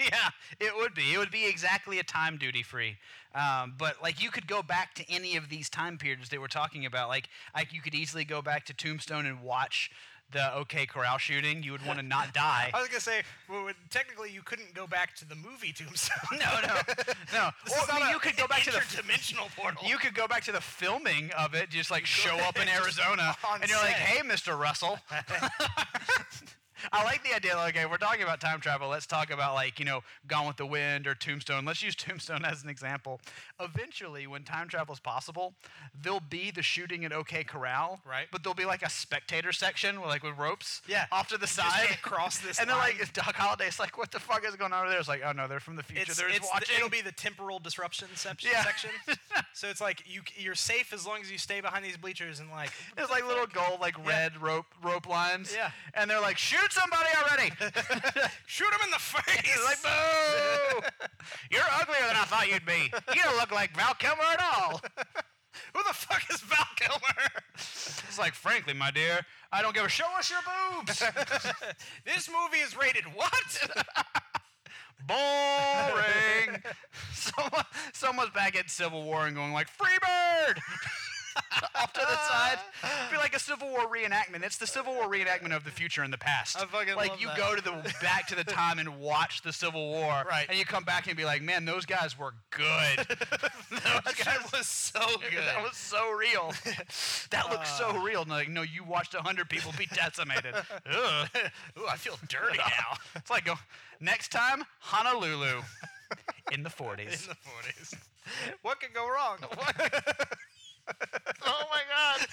C: yeah, it would be. It would be exactly a time duty free. Um, but like you could go back to any of these time periods that we're talking about. Like, like you could easily go back to Tombstone and watch the OK Corral shooting. You would want to not die.
D: I was gonna say, well, would- technically, you couldn't go back to the movie Tombstone.
C: no, no, no.
D: This
C: or
D: is
C: I mean,
D: not a-
C: you could go
D: an
C: back to the
D: interdimensional portal.
C: You could go back to the filming of it, just like show up in
D: Just
C: Arizona,
D: on
C: and you're like,
D: set.
C: "Hey, Mr. Russell." I like the idea. Like, okay, we're talking about time travel. Let's talk about like you know, Gone with the Wind or Tombstone. Let's use Tombstone as an example. Eventually, when time travel is possible, there'll be the shooting at OK Corral,
D: Right.
C: But there'll be like a spectator section, with, like with ropes,
D: Yeah.
C: off to the
D: just
C: side,
D: can't cross this
C: and they're
D: line.
C: like, it's Doc Holliday's like, "What the fuck is going on over there?" It's like, "Oh no, they're from the future.
D: It's,
C: they're just
D: it's the-
C: watching."
D: it'll be the temporal disruption sep-
C: Yeah.
D: section. so it's like you c- you're safe as long as you stay behind these bleachers and like
C: There's like little gold, like red rope rope lines.
D: Yeah.
C: And they're like, shoot somebody already.
D: shoot them in the face.
C: like, boo! You're uglier than I thought you'd be. You don't look like Val Kilmer at all.
D: Who the fuck is Val Kilmer?
C: It's like, frankly, my dear, I don't give a show us your boobs.
D: this movie is rated what?
C: Boring. Someone, someone's back at Civil War and going like, Freebird! Off to the side. It'd be like a Civil War reenactment. It's the Civil War reenactment of the future and the past.
D: I fucking
C: like
D: love
C: you
D: that.
C: go to the back to the time and watch the Civil War.
D: Right.
C: And you come back and be like, man, those guys were good. those guys
D: was so good.
C: that was so real. that looks
D: Ah.
C: so real. And like, no, you watched hundred people be decimated. Ugh. Ooh, I feel dirty now. it's like, go, next time, Honolulu, in the forties.
D: in the 40s. what could go wrong?
C: oh my god.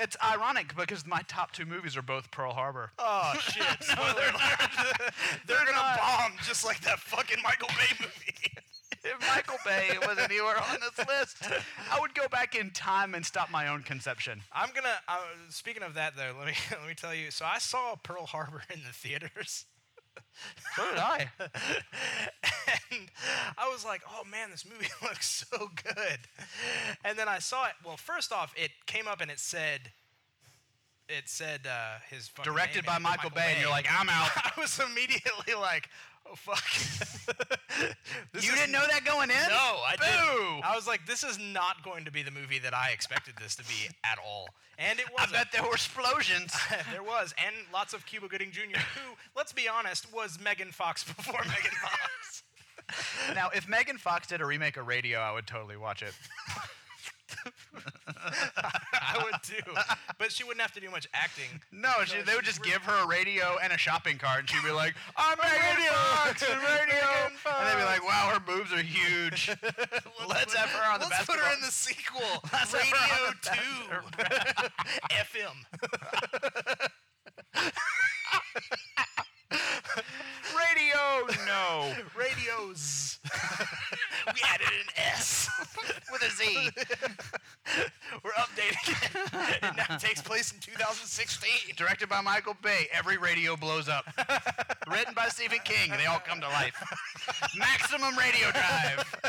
C: It's ironic because my top two movies are both Pearl Harbor.
D: Oh shit! Spoiler alert. They're, gonna bomb just like that fucking Michael Bay movie.
C: If Michael Bay was anywhere on this list, I would go back in time and stop my own conception.
D: I'm gonna. Uh, speaking of that, though, let me let me tell you. So I saw Pearl Harbor in the theaters,
C: So did I.
D: and I was like, "Oh man, this movie looks so good." And then I saw it. Well, first off, it came up and it said, it said uh, his fucking
C: Directed
D: name
C: by
D: and
C: Michael, Bay, and you're like, I'm out.
D: I was immediately like, "Oh fuck!" This
C: you
D: is
C: didn't know that going in?
D: No, I
C: Boo!
D: didn't. I was like, this is not going to be the movie that I expected this to be at all. And it
C: I
D: was.
C: bet there were explosions.
D: there was. And lots of Cuba Gooding Jr., who, let's be honest, was Megan Fox before Megan Fox.
C: now, if Megan Fox did a remake of Radio, I would totally watch it.
D: I would too. But she wouldn't have to do much acting.
C: No, she, they would just give her a radio and a shopping cart, and she'd be like, "I'm a radio, Fox, a radio," and they'd be like, "Wow, her boobs are huge. Let's have her on the
D: Let's
C: basketball."
D: put her in the sequel.
C: have her on the
D: Radio 2. FM.
C: radio, no,
D: Radios. we added an S.
C: with a Z.
D: We're updating it. It now takes place in 2016.
C: Directed by Michael Bay. Every radio blows up. Written by Stephen King. They all come to life. Maximum Radio Drive.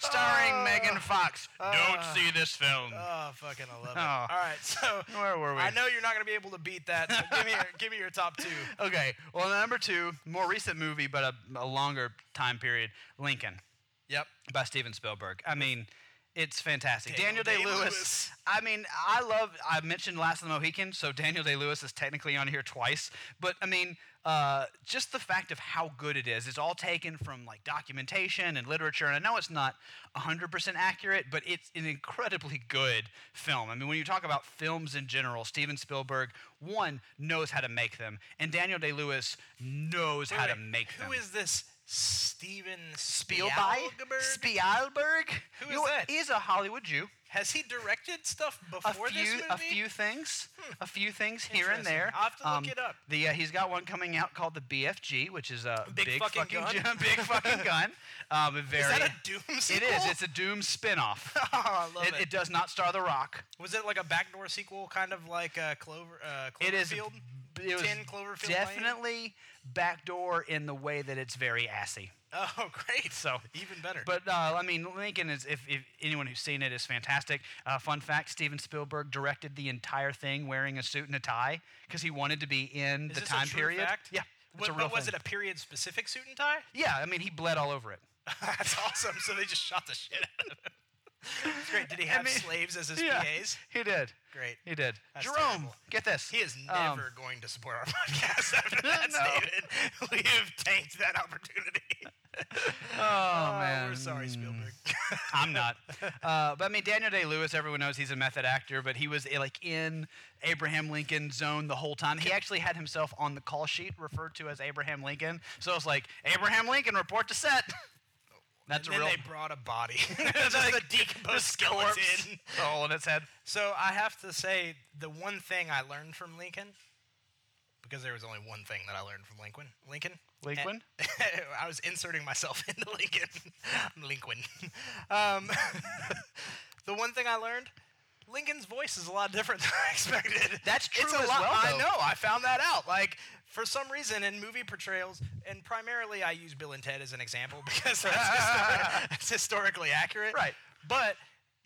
C: Starring Megan Fox. Don't see this film.
D: Oh, fucking I love it.
C: Oh.
D: All right, so
C: Where were we?
D: I know you're not going to be able to beat that. So give me your, give me your top two.
C: Okay. Well, number two, more recent movie, but a, a longer time period. Lincoln.
D: Yep.
C: by Steven Spielberg. I mean, it's fantastic.
D: Daniel
C: Daniel, Day
D: Day-Lewis.
C: Lewis. I mean, I love. I mentioned Last of the Mohicans, so Daniel Day Lewis is technically on here twice. But I mean, uh, just the fact of how good it is. It's all taken from like documentation and literature, and I know it's not 100% accurate, but it's an incredibly good film. I mean, when you talk about films in general, Steven Spielberg one knows how to make them, and Daniel Day Lewis knows how to make them.
D: Who is this Steven
C: Spielberg?
D: Spielberg?
C: Spielberg?
D: Who
C: You
D: is
C: know what?
D: that?
C: He's a Hollywood Jew.
D: Has he directed stuff
C: A
D: before this
C: few,
D: movie? Hmm.
C: a few things, a few things here and
D: Interesting.
C: there.
D: I'll have to look it up.
C: The uh, he's got one coming out called the BFG, which is a
D: Big fucking gun?
C: Jim- big fucking gun. Um, a very.
D: Is that a Doom
C: it
D: sequel?
C: is. It's a Doom spinoff.
D: oh, I love
C: it,
D: it.
C: it does not star The Rock.
D: Was it like a backdoor sequel, kind of like uh, Clover uh, Cloverfield?
C: It is. It was
D: 10 Cloverfield Lane?
C: definitely backdoor in the way that it's very assy.
D: Oh, great!
C: So
D: even better.
C: But uh, I mean, Lincoln is if, if anyone who's seen it is fantastic. Uh, fun fact: Steven Spielberg directed the entire thing wearing a suit and a tie because he wanted to be in
D: is
C: the
D: this
C: time
D: a true
C: period.
D: Fact?
C: Yeah, it's
D: What-
C: a real
D: but was
C: thing.
D: it a period specific suit and tie?
C: yeah, I mean, he bled all over it.
D: That's awesome. So they just shot the shit out of him. It's great. Did he have
C: mean-
D: slaves as his
C: yeah,
D: PAs?
C: he did.
D: Great.
C: He did.
D: That's
C: Jerome,
D: terrible.
C: get this.
D: He is
C: Um,
D: never going to support our podcast after that
C: No.
D: statement. We have tanked that opportunity. Uh,
C: oh man,
D: We're sorry, Spielberg.
C: I'm not. Uh, but I mean, Daniel Day Lewis, everyone knows he's a method actor, but he was eh, like in Abraham Lincoln zone the whole time. He actually had himself on the call sheet referred to as Abraham Lincoln. So it's like, Abraham Lincoln, report to set. That's
D: and
C: a
D: then
C: real.
D: they brought a body.
C: That's
D: Just
C: like
D: a decomposed
C: this corpse.
D: skeleton.
C: all in its head.
D: So I have to say, the one thing I learned from Lincoln, because there was only one thing that I learned from Lincoln. Lincoln.
C: Lincoln?
D: I was inserting myself into Lincoln. Lincoln. Um, the one thing I learned. Lincoln's voice is a lot different than I expected.
C: That's
D: It's
C: true
D: a
C: as
D: lot-
C: well,
D: I
C: though.
D: know. I found that out. Like for some reason in movie portrayals, and primarily I use Bill and Ted as an example because that's, histori- that's historically accurate.
C: Right.
D: But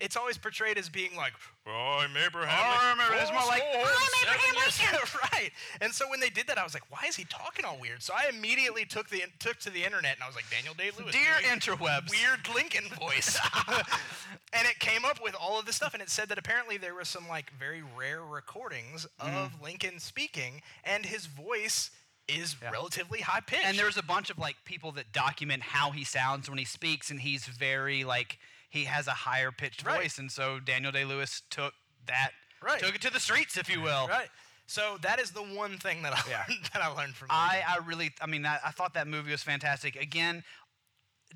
D: it's always portrayed as being like
G: I'm Abraham.
C: I remember. It's more like,
D: I'm Abraham Lincoln. right. And so when they did that, I was like, why is he talking all weird? So I immediately took the took to the internet and I was like, Daniel Day Lewis.
C: dear
D: doing
C: interwebs.
D: Weird Lincoln voice. and it came up with all of this stuff, and it said that apparently there was some like very rare recordings
C: Mm.
D: of Lincoln speaking, and his voice is relatively high pitched.
C: and there's a bunch of like people that document how he sounds when he speaks and he's very like he has a higher pitched
D: Right.
C: voice and so daniel day-lewis took that
D: Right.
C: took it to the streets if you will
D: right. So that is the one thing that I
C: Yeah.
D: learned, that I learned from. Lincoln.
C: I, I really, I mean, I, I thought that movie was fantastic. Again,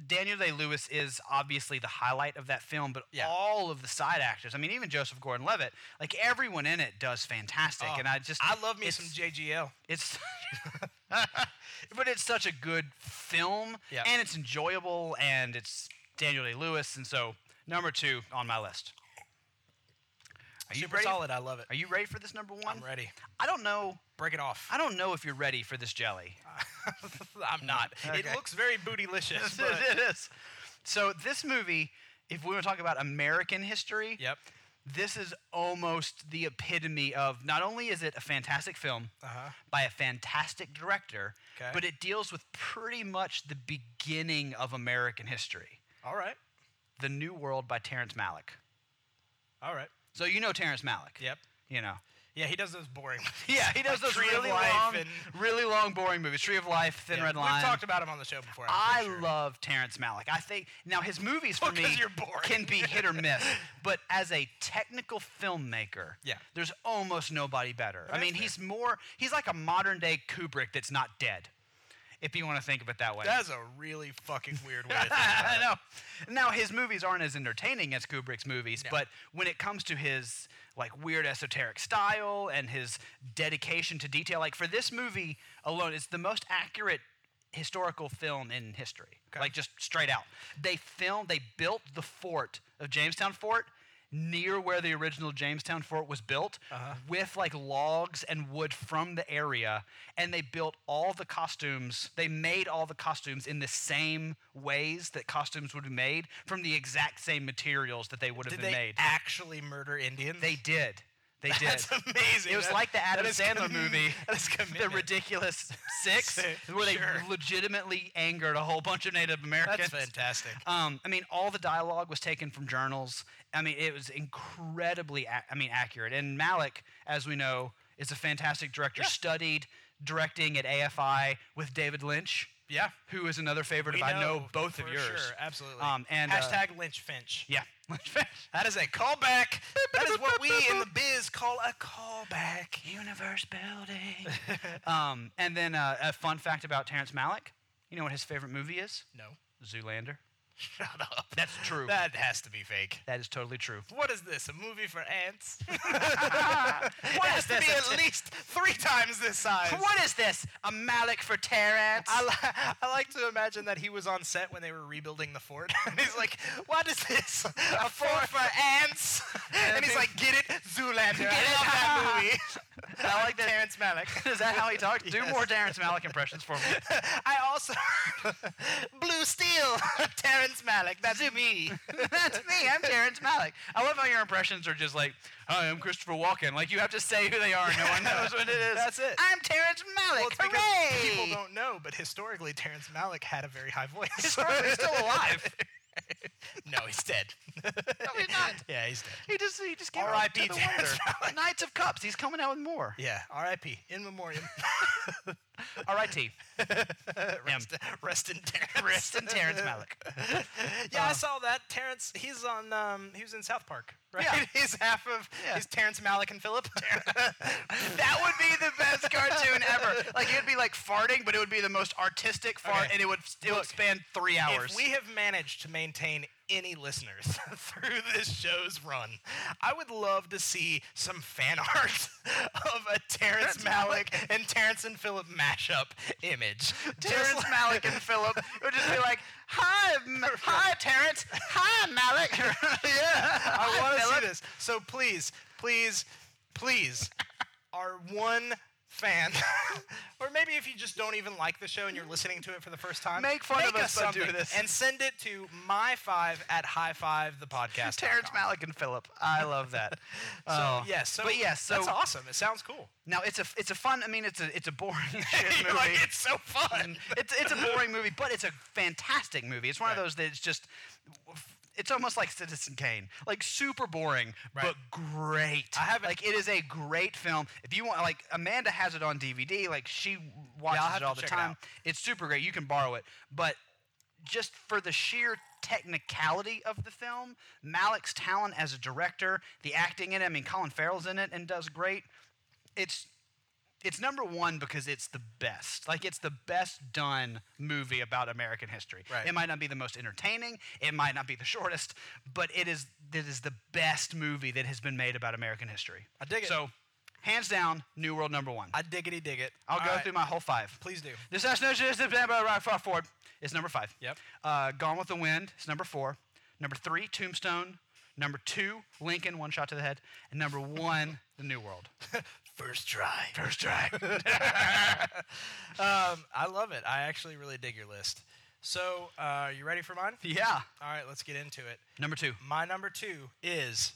C: Daniel Day Lewis is obviously the highlight of that film, but
D: Yeah.
C: all of the side actors, I mean, even Joseph Gordon Levitt, like everyone in it does fantastic.
D: Oh,
C: and I just,
D: I love me
C: it's-
D: some JGL.
C: It's, but it's such a good film,
D: Yeah.
C: and it's enjoyable, and it's Daniel Day Lewis, and so number two on my list. Are you
D: Super
C: ready?
D: solid. I love it.
C: Are you ready for this number one?
D: I'm ready.
C: I don't know.
D: Break it off.
C: I don't know if you're ready for this jelly.
D: I'm not.
C: Okay.
D: It looks very bootylicious. but-
C: it is. So this movie, if we want to talk about American history,
D: Yep.
C: this is almost the epitome of not only is it a fantastic film by a fantastic director,
D: Uh-huh. Okay.
C: but it deals with pretty much the beginning of American history.
D: All right.
C: The New World by Terrence Malick.
D: All right.
C: So you know Terrence Malick.
D: Yep.
C: You know.
D: Yeah, he does those boring. movies.
C: Yeah, he does
D: Like
C: those
D: Tree of
C: really
D: Life
C: long,
D: and-
C: really long, boring movies. Tree of Life, Thin
D: Yeah,
C: Red
D: we've
C: Line.
D: talked about him on the show before.
C: I
D: I'm pretty sure.
C: love Terrence Malick. I think now his movies for
D: Well, Oh, 'cause
C: me
D: you're boring.
C: can be hit or miss, but as a technical filmmaker,
D: Yeah.
C: there's almost nobody better. I
D: that's
C: mean,
D: fair.
C: he's more he's like a modern day Kubrick that's not dead, if you want to think of it that way.
D: That's a really fucking weird way. To think about
C: I
D: it.
C: know. Now his movies aren't as entertaining as Kubrick's movies,
D: No.
C: but when it comes to his like weird esoteric style and his dedication to detail, like for this movie alone, it's the most accurate historical film in history. Like just straight out. They filmed they built the fort of Jamestown Fort near where the original Jamestown Fort was built
D: Uh-huh.
C: with like logs and wood from the area. And they built all the costumes. They made all the costumes in the same ways that costumes would be made from the exact same materials that they would have
D: Did
C: been
D: they
C: made.
D: actually murder Indians?
C: they did. They did.
D: That's amazing.
C: It was
D: That-
C: like the
D: that
C: Adam
D: is
C: Sandler
D: commi-
C: movie,
D: that is
C: The
D: commitment.
C: Ridiculous Six, where they
D: Sure.
C: legitimately angered a whole bunch of Native Americans.
D: That's fantastic.
C: Um, I mean, all the dialogue was taken from journals. I mean, it was incredibly, ac I mean, accurate. And Malik, as we know, is a fantastic director. Studied directing at AFI with David Lynch.
D: Yeah.
C: who is another favorite
D: We
C: of I know both of
D: for
C: yours.
D: Sure, absolutely.
C: Um, and uh,
D: hashtag Lynch Finch.
C: yeah,
D: That is a callback. That is what we in the biz call a callback.
C: universe building. um, and then uh, a fun fact about Terrence Malick. You know what his favorite movie is?
D: No.
C: Zoolander.
D: Shut up.
C: That's true.
D: That has to be fake.
C: that is totally true.
D: What is this? A movie for ants? it
C: What
D: has
C: is
D: to be
C: this?
D: at least three times this size.
C: What is this? A Malick for Terrence?
D: I, li- I like to imagine that he was on set when they were rebuilding the fort. and he's like, what is this? A fort for ants? and he's like, get it? Zoolander. I
C: it?
D: love that movie.
C: I like that.
D: Terrence Malick.
C: Is that how he talked? Do
D: Yes.
C: more Terrence Malick impressions for me.
D: I also Blue Steel, Terrence Malick. That's me.
C: That's me. I'm Terrence Malick. I love how your impressions are just like, "Hi, I'm Christopher Walken." Like you have to say who they are, and no one knows what it is.
D: That's it.
C: I'm Terrence Malick.
D: it's because
C: Hooray!
D: people don't know, but historically Terrence Malick had a very high voice.
C: He's still alive.
D: no, he's dead.
C: No, he's not.
D: yeah, he's dead.
C: He just he just came out
D: R.I.P.
C: to the
D: Terrence
C: wonder. Knights of Cups. He's coming out with more.
D: Yeah, R.I.P. In memoriam.
C: R.I.T.
D: rest, rest in Terrence.
C: Rest in Terrence Malick.
D: Yeah, I saw that. Terrence, he's on. Um, he was in South Park, right?
C: Yeah.
D: he's half of. He's Terrence Malick and Philip.
C: That would be the best cartoon ever. Like it'd be like farting, but it would be the most artistic fart,
D: Okay.
C: and it would it would span three hours.
D: If we have managed to maintain any listeners through this show's run, I would love to see some fan art of a Terrence Malick and Terrence and Philip mashup image.
C: Terrence
D: Just like-
C: Malick and Philip it would just be like, "Hi, M- hi, Terrence. Hi, Malick. yeah,
D: I want to
C: Philip.
D: see this. So please, please, please, our one fan, or maybe if you just don't even like the show and you're listening to it for the first time,
C: Make fun of us by
D: something
C: doing this.
D: and send it to my five at high five the podcast.
C: Terrence Malick and Philip. I love that. oh.
D: Yes, yeah, so
C: but yes, so
D: that's awesome. It sounds cool.
C: now it's a it's a fun. I mean, it's a it's a boring shit movie.
D: like it's so fun.
C: it's it's a boring movie, but it's a fantastic movie. It's one of those that it's just. It's almost like Citizen Kane, like super boring, but great. I haven't like it is a great film. If you want, like Amanda has it on DVD, like she watches
D: have
C: it
D: to
C: all the
D: check it
C: time.
D: out.
C: it's super great. You can borrow it, but just for the sheer technicality of the film, Malick's talent as a director, the acting in it. I mean, Colin Farrell's in it and does great. It's it's number one because it's the best. Like it's the best done movie about American history.
D: Right.
C: It might not be the most entertaining. It might not be the shortest, but it is it is the best movie that has been made about American history.
D: I dig it.
C: So, hands down, New World number one.
D: I diggity dig it.
C: I'll
D: All
C: go
D: right.
C: through my whole five.
D: Please do.
C: This last notion is Rock Far Forward. It's number five.
D: Yep.
C: Uh, Gone with the Wind is number four. Number three, Tombstone. Number two, Lincoln, one shot to the head. And number one, The New World.
D: First try. First try. um, I love it. I actually really dig your list. So, uh, you ready for mine?
C: Yeah.
D: All right, let's get into it.
C: Number two.
D: My number two is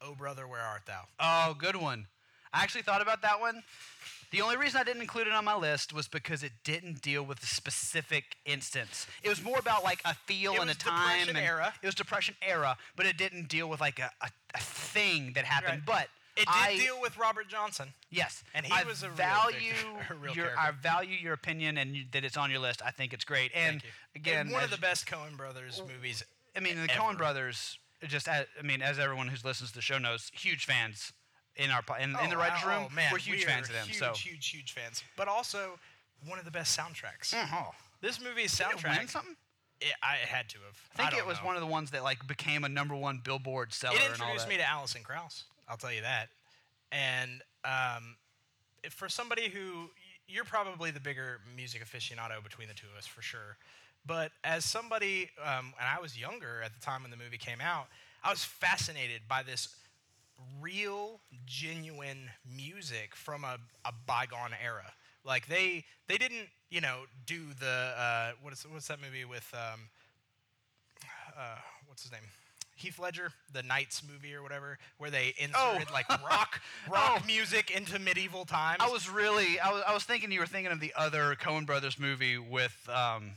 D: Oh Brother, Where Art Thou?
C: Oh, good one. I actually thought about that one. The only reason I didn't include it on my list was because it didn't deal with a specific instance. It was more about like a feel
D: It
C: and a
D: was
C: time.
D: Depression
C: and
D: era.
C: It was depression era, but it didn't deal with like a, a, a thing that happened.
D: Right.
C: But
D: It did
C: I-
D: deal with Robert Johnson.
C: Yes,
D: And he
C: I
D: was a real
C: value
D: dick- a real
C: your,
D: character.
C: I value your opinion and you, that it's on your list. I think it's great. And
D: Thank you.
C: again,
D: And one of
C: as- Oh.
D: the best Cohen Brothers movies.
C: I mean, the
D: ever.
C: Cohen brothers. Just, as, I mean, as everyone who listens to the show knows, huge fans in our po- in, in the
D: Oh,
C: writers'
D: oh,
C: room.
D: man,
C: we're huge
D: we are
C: fans of them.
D: Huge,
C: so,
D: huge, huge fans. But also one of the best soundtracks.
C: oh,
D: This movie's
C: did it win
D: soundtrack.
C: something?
D: It, I it had to have.
C: I think it was one of the ones that like became a number one Billboard seller.
D: It
C: and all
D: introduced
C: that.
D: me to Alison Krauss. I'll tell you that. And um, if- for somebody who you're probably the bigger music aficionado between the two of us for sure, but as somebody, um, and I was younger at the time when the movie came out, I was fascinated by this real, genuine music from a, a bygone era. Like they they didn't you know do the uh, what's what's that movie with um, uh, what's his name? Heath Ledger, the Knights movie or whatever, where they inserted like rock rock
C: Oh.
D: music into medieval times.
C: I was really, I was, I was thinking you were thinking of the other Cohen brothers movie with. Um,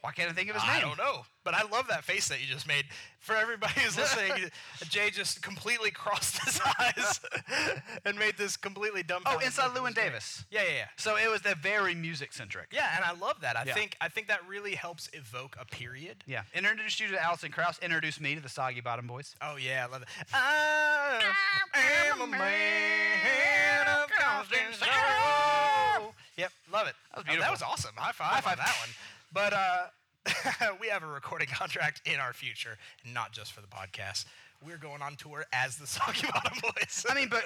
C: why can't I think of his
D: I
C: name?
D: don't know, but I love that face that you just made. For everybody who's listening, Jay just completely crossed his eyes and made this completely dumb.
C: Oh, Inside Llewyn Davis.
D: Yeah, yeah, yeah.
C: So it was that very music centric.
D: Yeah, and I love that. I
C: Yeah.
D: think I think that really helps evoke a period.
C: Yeah. Introduced you to Alison Krauss, introduced me to the Soggy Bottom Boys.
D: Oh yeah, I love it. I am a man of constant sorrow. Yep, love it. Oh, That
C: was
D: that
C: beautiful.
D: was awesome. High five, High five. on that one. But uh, we have a recording contract in our future, not just for the podcast. We're going on tour as the Soggy Bottom Boys.
C: I mean, but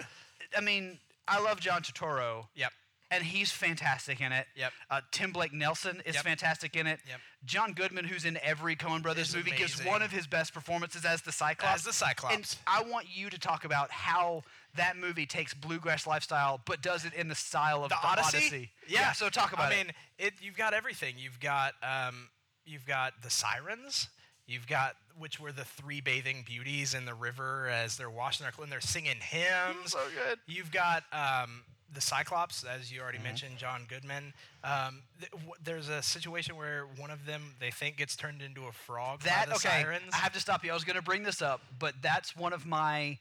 C: I mean, I love John Turturro.
D: yep.
C: And he's fantastic in it.
D: Yep.
C: Uh, Tim Blake Nelson is
D: Yep.
C: fantastic in it.
D: Yep.
C: John Goodman, who's in every Coen Brothers
D: Is
C: movie, gives
D: amazing.
C: one of his best performances as the Cyclops.
D: As the Cyclops.
C: And I want you to talk about how that movie takes bluegrass lifestyle, but does it in the style of the,
D: Yeah.
C: So talk about
D: I
C: it.
D: mean, it, you've got everything. You've got um, you've got the sirens. You've got which were the three bathing beauties in the river as they're washing their clothes. and They're singing hymns. So good. You've got um, the Cyclops, as you already
C: Mm-hmm.
D: mentioned, John Goodman. Um, th- w- there's a situation where one of them they think gets turned into a frog
C: that
D: by the
C: okay
D: sirens.
C: i have to stop you i was going to bring this up but that's one of my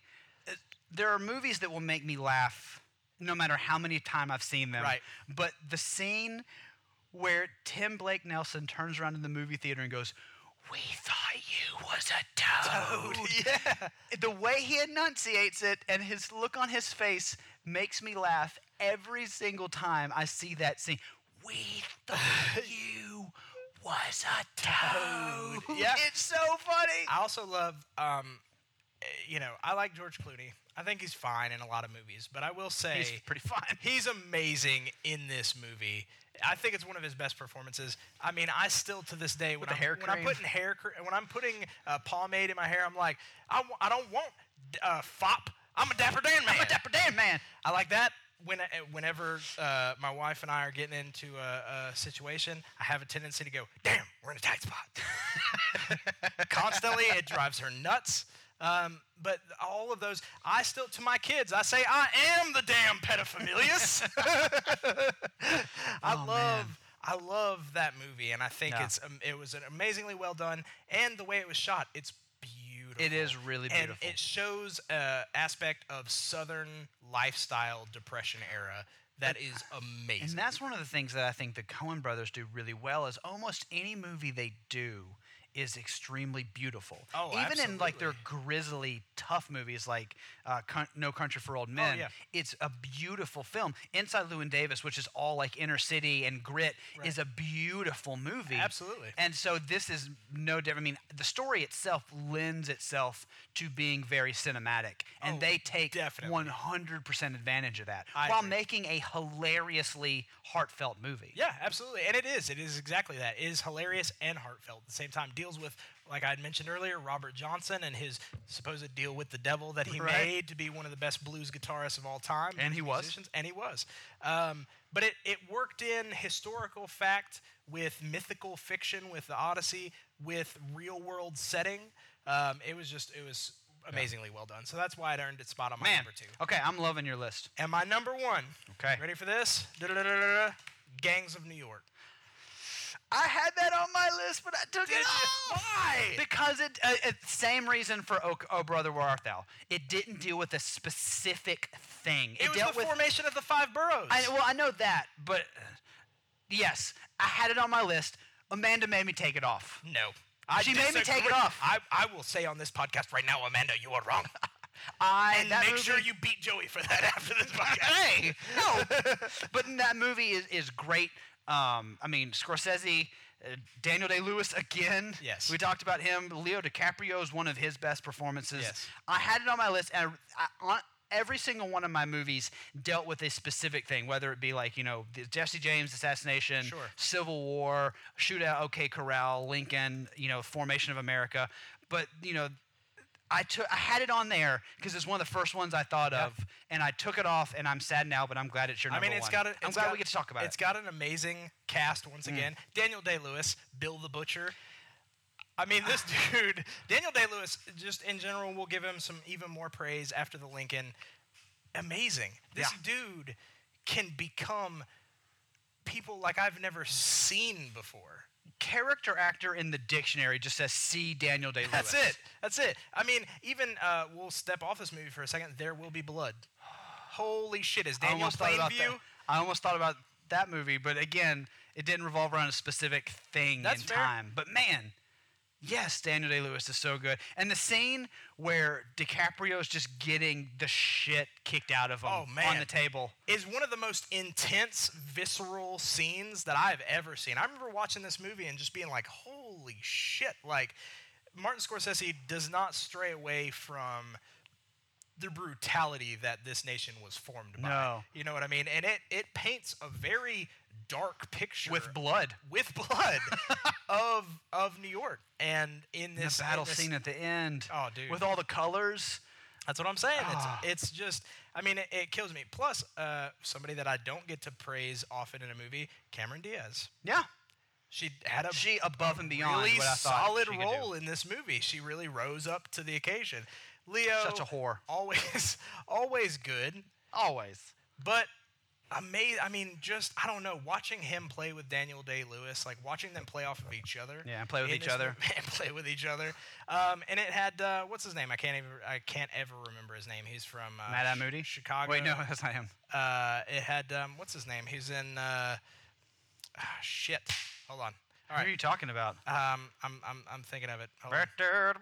C: uh, there are movies that will make me laugh no matter how many time i've seen them
D: Right.
C: but the scene where tim blake nelson turns around in the movie theater and goes we thought you was a toad.
D: yeah.
C: The way he enunciates it and his look on his face makes me laugh every single time I see that scene. We thought you was a toad.
D: Yeah.
C: It's so funny.
D: I also love, um, eh, you know, I like George Clooney. I think he's fine in a lot of movies, but I will say
C: He's pretty fine.
D: He's amazing in this movie. I think it's one of his best performances. I mean, I still to this day when,
C: the
D: I'm,
C: hair
D: when I'm
C: cream.
D: putting hair cre- when I'm putting uh, pomade in my hair, I'm like, I w- I don't want uh, fop. I'm a Dapper Dan man.
C: I'm a Dapper Dan man.
D: I like that. When, eh, whenever uh, my wife and I are getting into a, a situation, I have a tendency to go, "Damn, we're in a tight spot." Constantly, it drives her nuts. Um, but all of those, I still to my kids, I say, "I am the damn pedophilius." I love. I love that movie, and I think
C: Oh, Yeah.
D: it's um, it was an amazingly well done, and the way it was shot, it's beautiful.
C: It is really beautiful.
D: And it shows a aspect of Southern lifestyle Depression era that is amazing.
C: And that's one of the things that I think the Coen brothers do really well is almost any movie they do is extremely beautiful.
D: Oh,
C: Even in like their
D: absolutely. Oh,
C: grisly, tough movies like uh, Coun- No Country for Old Men,
D: yeah.
C: it's a beautiful film. Inside Llewyn Davis, which is all like inner city and grit, is a beautiful movie.
D: Absolutely.
C: And so this is no different. I mean, the story itself lends itself to being very cinematic, and
D: Oh,
C: they take
D: definitely.
C: 100% advantage of that
D: I
C: while
D: agree.
C: making a hilariously heartfelt movie.
D: Yeah, absolutely. And it is. It is exactly that. It is hilarious and heartfelt at the same time. Deals with, like I had mentioned earlier, Robert Johnson and his supposed deal with the devil that he
C: Right.
D: made to be one of the best blues guitarists of all time.
C: And he
D: blues
C: was.
D: musicians, And he was. Um, but it, it worked in historical fact with mythical fiction, with the Odyssey, with real world setting. Um, it was just, it was amazingly well done. So that's why it earned its spot on my
C: Man.
D: number two.
C: Okay, I'm loving your list.
D: And my number one.
C: Okay.
D: Ready for this? Da-da-da-da-da. Gangs of New York.
C: I had that on my list, but I took
A: Did
C: it
A: you?
C: off.
A: Why?
C: Because it, uh, it same reason for oh, oh brother where art thou? It didn't deal with a specific thing. It,
D: It was
C: dealt
D: the
C: with
D: formation of the five boroughs.
C: I, well, I know that, but uh, yes, I had it on my list. Amanda made me take it off.
D: no.
C: I She made me take it
D: disagree.
C: off.
D: I, I will say on this podcast right now, Amanda, you are wrong.
C: I
D: and
C: that
D: make
C: movie-
D: sure you beat Joey for that after this podcast.
C: hey, no. but that movie is, is great. Um, I mean, Scorsese, uh, Daniel Day Lewis again.
D: Yes.
C: We talked about him. Leo DiCaprio is one of his best performances.
D: Yes.
C: I had it on my list, and I, I, on, every single one of my movies dealt with a specific thing, whether it be like, you know, the Jesse James assassination,
D: Sure.
C: Civil War, shootout, OK Corral, Lincoln, you know, formation of America. But, you know, I took I had it on there because it's one of the first ones I thought of, and I took it off, and I'm sad now, but I'm glad it's your
D: I
C: number
D: mean, it's
C: one.
D: got. A,
C: I'm
D: it's
C: glad
D: got-
C: we get to talk about
D: It's
C: it. Mm.
D: got an amazing cast once again. Daniel Day Lewis, Bill the Butcher. I mean, this dude, Daniel Day Lewis. Just in general, we'll give him some even more praise after the Lincoln. Amazing. This dude can become people like I've never seen before.
C: Character actor in the dictionary just says C. Daniel Day Lewis.
D: That's it. That's it. I mean, even uh, we'll step off this movie for a second. There will be blood. Holy shit! Is
C: I
D: Daniel
C: almost thought about
D: Plainview?
C: that. I almost thought about that movie, but again, it didn't revolve around a specific thing
D: That's
C: in
D: fair.
C: time. But man, yes, Daniel Day Lewis is so good, and the scene where DiCaprio is just getting the shit kicked out of him
D: Oh,
C: on
D: man.
C: the table.
D: is one of the most intense, visceral scenes that I've ever seen. I remember watching this movie and just being like, holy shit. Like, Martin Scorsese does not stray away from the brutality that this nation was formed by.
C: No.
D: You know what I mean? And it, it paints a very dark picture
C: With blood.
D: with blood of of New York. And in
C: And
D: this
C: the battle
D: in this-
C: scene at the end.
D: Oh, dude.
C: With all the colors.
D: That's what I'm saying.
C: Ah.
D: It's, it's just, I mean, it, it kills me. Plus, uh, somebody that I don't get to praise often in a movie, Cameron Diaz.
C: Yeah.
D: She had a
C: She above and beyond
D: really
C: what I thought
D: solid
C: she could do.
D: role in this movie. She really rose up to the occasion. Leo,
C: Such a whore.
D: always, always good,
C: Always.
D: but amazing. I mean, just I don't know. Watching him play with Daniel Day Lewis, like watching them play off of each other.
C: Yeah, and play with
D: in
C: each
D: this
C: other.
D: movie- and play with each other. Um, and it had uh, what's his name? I can't even. I can't ever remember his name. He's from uh,
C: Mad Eye
D: Ch-
C: Moody?
D: Chicago.
C: Wait, no, that's not him.
D: Uh, it had um, what's his name? He's in. Uh, ah, shit. Hold on. All
C: Who are
D: right.
C: you talking about?
D: Um, I'm, I'm, I'm thinking of it. Hold on.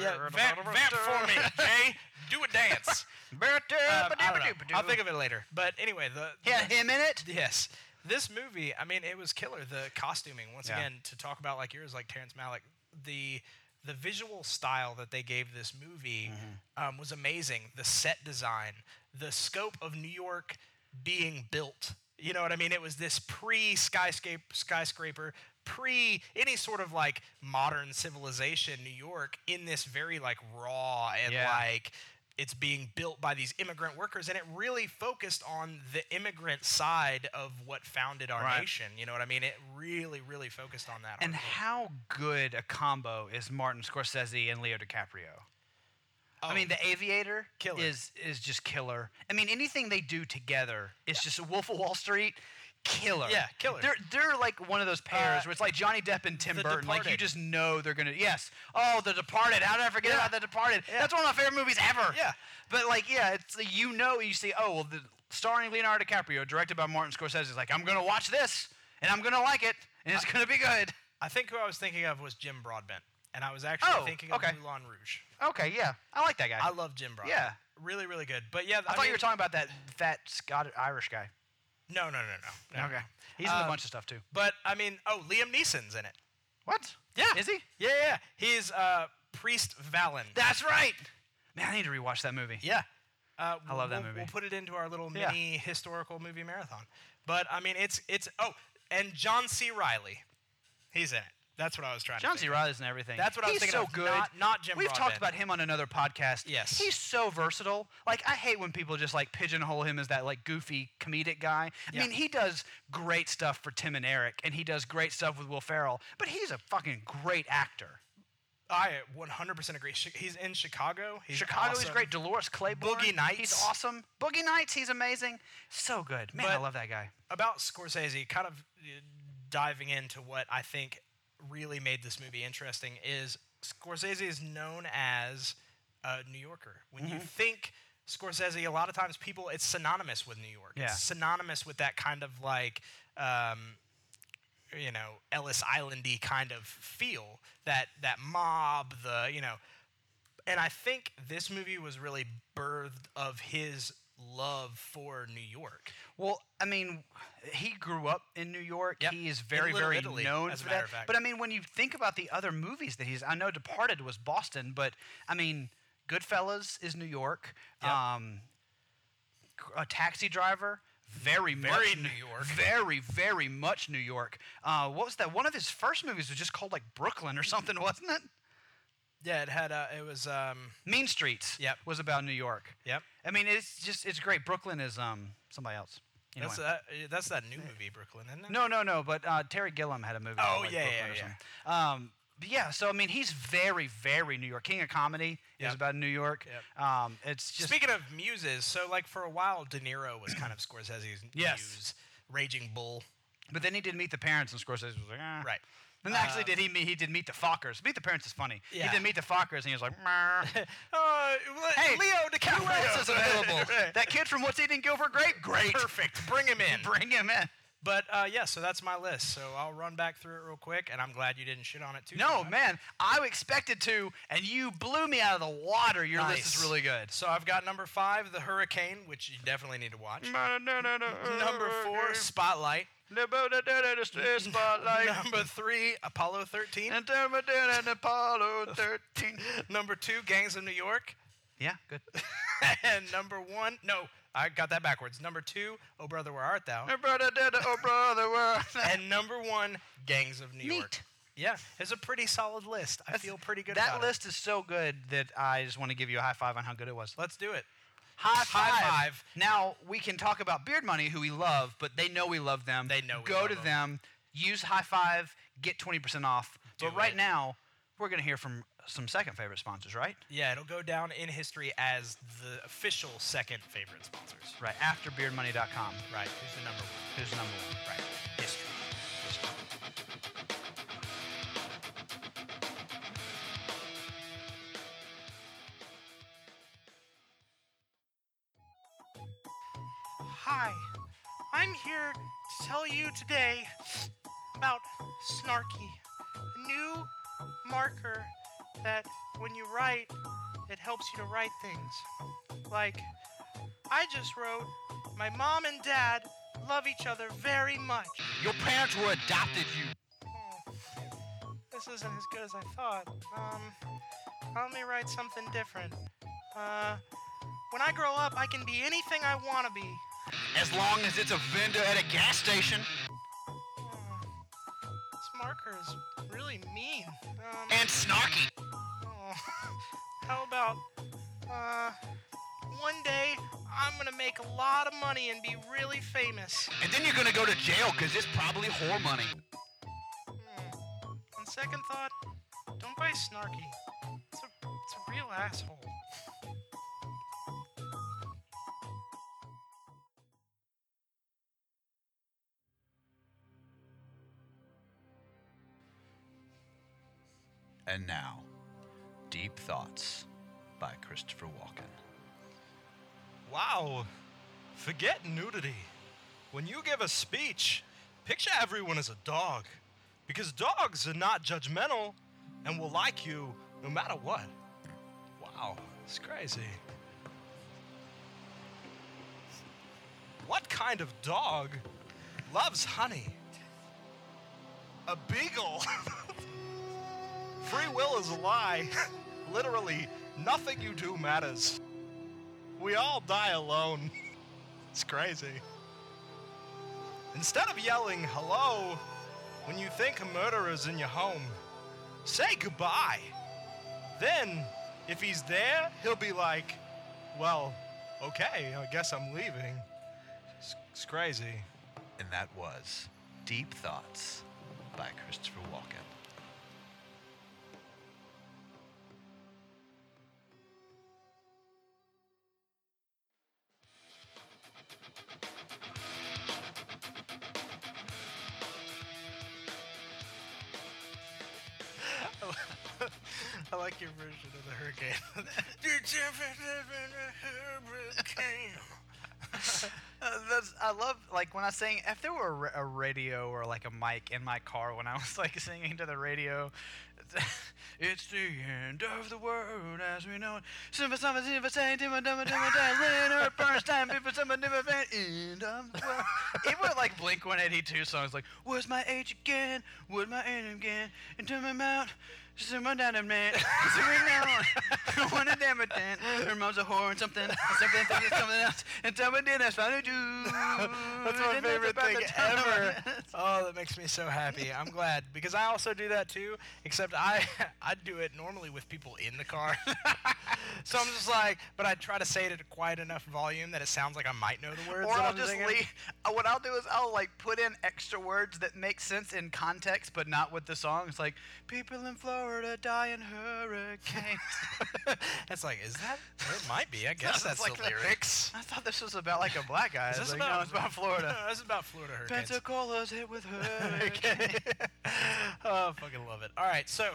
D: Yeah, vamp, vamp for
C: for
D: me, Jay. Do a dance.
C: Uh,
D: Um, I will
C: I'll
D: think of it later. But anyway, the
C: Yeah,
D: the-
C: him in it.
D: Yes, this movie. I mean, it was killer. The costuming, once
C: Yeah.
D: again, to talk about like yours, like Terrence Malick, the the visual style that they gave this movie
C: Mm-hmm.
D: um, was amazing. The set design, the scope of New York being built. You know what I mean? It was this pre skyscape skyscraper, pre any sort of like modern civilization New York in this very like raw and
C: Yeah.
D: like it's being built by these immigrant workers and it really focused on the immigrant side of what founded our
C: Right.
D: nation you know what i mean it really really focused on that
C: And
D: article.
C: how good a combo is Martin Scorsese and Leo DiCaprio? I mean, The Aviator
D: Oh. Killer.
C: is is just killer. I mean, anything they do together is just a Wolf of Wall Street killer.
D: Yeah, killer.
C: They're they're like one of those pairs
D: Uh,
C: where it's like Johnny Depp and Tim
D: The
C: Burton. Like you
D: Departed.
C: just know they're gonna. Yes. Oh, The Departed. How did I forget
D: Yeah.
C: about The Departed? That's one of my favorite movies ever.
D: Yeah.
C: But like, yeah, it's you know you see. Oh well, the starring Leonardo DiCaprio, directed by Martin Scorsese. Is like I'm gonna watch this and I'm gonna like it and it's gonna be good.
D: i think who i was thinking of was jim broadbent and i was actually
C: Oh,
D: thinking of
C: okay.
D: moulin rouge
C: Okay. Yeah, I like that guy.
D: i love jim broadbent
C: Yeah.
D: really really good but yeah
C: I thought you
D: mean-
C: were talking about that fat Scottish Irish guy.
D: no no no no, no.
C: He's in a
D: Um,
C: bunch of stuff too.
D: but i mean oh liam neeson's in it
C: What?
D: yeah
C: Is he?
D: yeah yeah he's uh priest valen
C: That's right. Man, I need to rewatch that movie.
D: Yeah. Uh,
C: I love that
D: we'll-
C: movie.
D: We'll put it into our little
C: Yeah.
D: mini historical movie marathon. But I mean, it's it's oh, and John C. Riley, he's in it. That's what I was trying
C: John
D: to.
C: C.
D: think.
C: Riley's in everything.
D: That's what I was
C: He's
D: thinking
C: so
D: of,
C: good.
D: not- not Jim
C: We've talked
D: Broadbent.
C: about him on another podcast.
D: Yes.
C: He's so versatile. Like I hate when people just like pigeonhole him as that like goofy comedic guy. I
D: Yeah.
C: mean, he does great stuff for Tim and Eric, and he does great stuff with Will Ferrell. But he's a fucking great actor.
D: I 100% agree. Chi- He's in Chicago. He's
C: Chicago is
D: awesome.
C: great. Dolores Claiborne.
D: Boogie
C: He's
D: Nights.
C: awesome. Boogie Nights. He's amazing. So good. Man, I
D: But-
C: love that guy.
D: About Scorsese, kind of uh, diving into what I think really made this movie interesting is Scorsese is known as a New Yorker. When you think Scorsese, a lot of times people it's synonymous with New York.
C: Yeah.
D: It's synonymous with that kind of like um, you know Ellis Islandy kind of feel that that mob the you know and I think this movie was really birthed of his love for New York.
C: Well, I mean, he grew up in New York.
D: Yep.
C: He is
D: In
C: very,
D: Little
C: very
D: Italy,
C: known
D: as a
C: for
D: matter
C: that.
D: of fact.
C: But I mean, when you think about the other movies that he's, I know Departed was Boston, but I mean, Goodfellas is New York.
D: Yep.
C: Um, a Taxi Driver, very, much
D: Very New York.
C: very, very much New York. Uh, what was that? One of his first movies was just called like Brooklyn or something, wasn't it?
D: Yeah, it had uh, it was um
C: Mean Streets.
D: Yep.
C: was about New York.
D: Yep.
C: I mean, it's just it's great. Brooklyn is um somebody else. Anyway.
D: that's uh, that that's that new movie Brooklyn, isn't it?
C: No, no, no. But uh, Terry Gilliam had a movie. called,
D: Oh,
C: like,
D: yeah, yeah,
C: Brooklyn or
D: yeah.
C: something. Um, but yeah, so I mean, he's very, very New York. King of Comedy
D: Yep.
C: is about New York.
D: Yep.
C: Um, it's just
D: Speaking of muses, so like for a while, De Niro was kind of Scorsese's
C: Yes.
D: muse, Raging Bull.
C: But then he did meet the parents, and Scorsese was like, eh.
D: Right. Uh,
C: And actually, did he meet? He did meet the Fockers. Meet the parents is funny.
D: Yeah.
C: He did meet the Fockers, and he was like, "Meh."
D: Uh,
C: "Hey,
D: Leo DiCaprio
C: Who else is available? that kid from What's Eating Gilbert Grape, great.
D: Perfect. Bring him in.
C: Bring him in."
D: But uh, yeah, so that's my list. So I'll run back through it real quick, and I'm glad you didn't shit on it too.
C: No,
D: much.
C: man, I expected to, and you blew me out of the water. Your list
D: Nice.
C: is really good.
D: So I've got number five, The Hurricane, which you definitely need to watch. number four, Spotlight. uh, Number three, Apollo 13.
C: Apollo 13.
D: Number two, Gangs of New York.
C: Yeah, good.
D: and number one, no, I got that backwards. Number two, Oh Brother, Where Art Thou?
C: oh brother,
D: and number one, Gangs of New York.
C: Neat.
D: Yeah, it's a pretty solid list. I feel pretty good
C: That
D: about it.
C: list is so good that I just want to give you a high five on how good it was.
D: Let's do it.
C: High
D: High five.
C: Now we can talk about Beard Money, who we love, but they know we love them.
D: They know we
C: Go
D: love
C: to
D: them.
C: them. use high five, get 20% off. but
D: Do
C: right
D: it.
C: now, we're going to hear from some second favorite sponsors, right?
D: Yeah, it'll go down in history as the official second favorite sponsors.
C: Right, after beardmoney.com.
D: Right, who's the number one?
C: Who's number one?
D: Right, history. Hi, I'm here to tell you today about Snarky, a new marker that when you write, it helps you to write things. Like, I just wrote, My mom and dad love each other very much.
C: Your parents were adopted you.
D: Oh, this isn't as good as I thought. Um, let me write something different. Uh, when I grow up, I can be anything I want to be.
C: As long as it's a vendor at a gas station
D: Oh, this marker is really mean. Um,
C: and snarky.
D: oh, how about, uh, one day I'm gonna make a lot of money and be really famous.
C: And then you're gonna go to jail because it's probably whore money.
D: Hmm. On second thought, don't buy Snarky. It's a, it's a real asshole.
A: And now, Deep Thoughts by Christopher Walken.
D: Wow. Forget nudity. When you give a speech, picture everyone as a dog. Because dogs are not judgmental and will like you no matter what. Wow, it's crazy. What kind of dog loves honey? A beagle. Free will is a lie. Literally, nothing you do matters. We all die alone. It's crazy. Instead of yelling hello when you think a murderer's in your home, say goodbye. Then, if he's there, he'll be like, well, okay, I guess I'm leaving. It's, it's crazy.
A: And that was Deep Thoughts by Christopher Walken.
D: like your version of the hurricane. You're different than a hurricane.
C: Uh, that's, I love like when I sing. If there were a, ra- a radio or like a mic in my car when I was like singing to the radio, it's the end of the world as we know it. Simba, simba, simba, say, dimma, dimma, dimma, day. Leonard Bernstein, people, simba, dimma, day. End of the world. It went like Blink 182 songs like "Was my age again? Was my end again? And to my mount." Simba down and man, zooming down. One a damn it, then. Her mom's a whore and something, and something, something, something else. And tell me, did I find you?
D: That's my favorite thing ever. Oh, that makes me so happy. I'm glad because I also do that too. Except I, I do it normally with people in the car. so I'm just like, but I try to say it at a quiet enough volume that it sounds like I might know the words.
C: Or
D: that
C: I'll
D: I'm
C: just
D: singing.
C: leave. uh, What I'll do is I'll like put in extra words that make sense in context, but not with the song. It's like people in Florida die in hurricanes.
D: It's like, is that? It might be. I guess
C: Sounds
D: that's
C: like
D: the
C: the-
D: lyrics.
C: I thought this was about like a black guy.
D: Is
C: It's
D: this
C: like, no, it's about Florida.
D: No, this is about Florida hurricanes.
C: Pensacola's hit with hurricanes.
D: oh, fucking love it. All right, so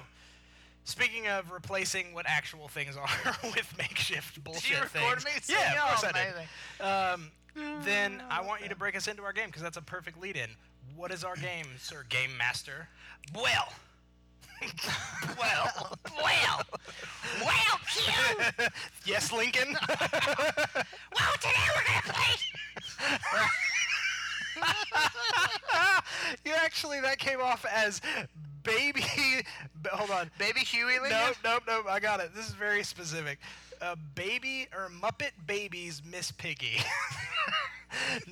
D: speaking of replacing what actual things are with makeshift bullshit
C: record
D: things,
C: me Mm, singing?
D: yeah, of course
C: Oh,
D: I did. Um, then I want you to break us into our game because that's a perfect lead-in. What is our game, Sir Game Master?
C: Well. well, well, well, Q.
D: Yes, Lincoln.
C: Well, today we're gonna play.
D: you actually that came off as baby. b- Hold on,
C: Baby Huey Lincoln.
D: Nope, nope, nope. I got it. This is very specific. Uh, baby or Muppet Babies Miss Piggy.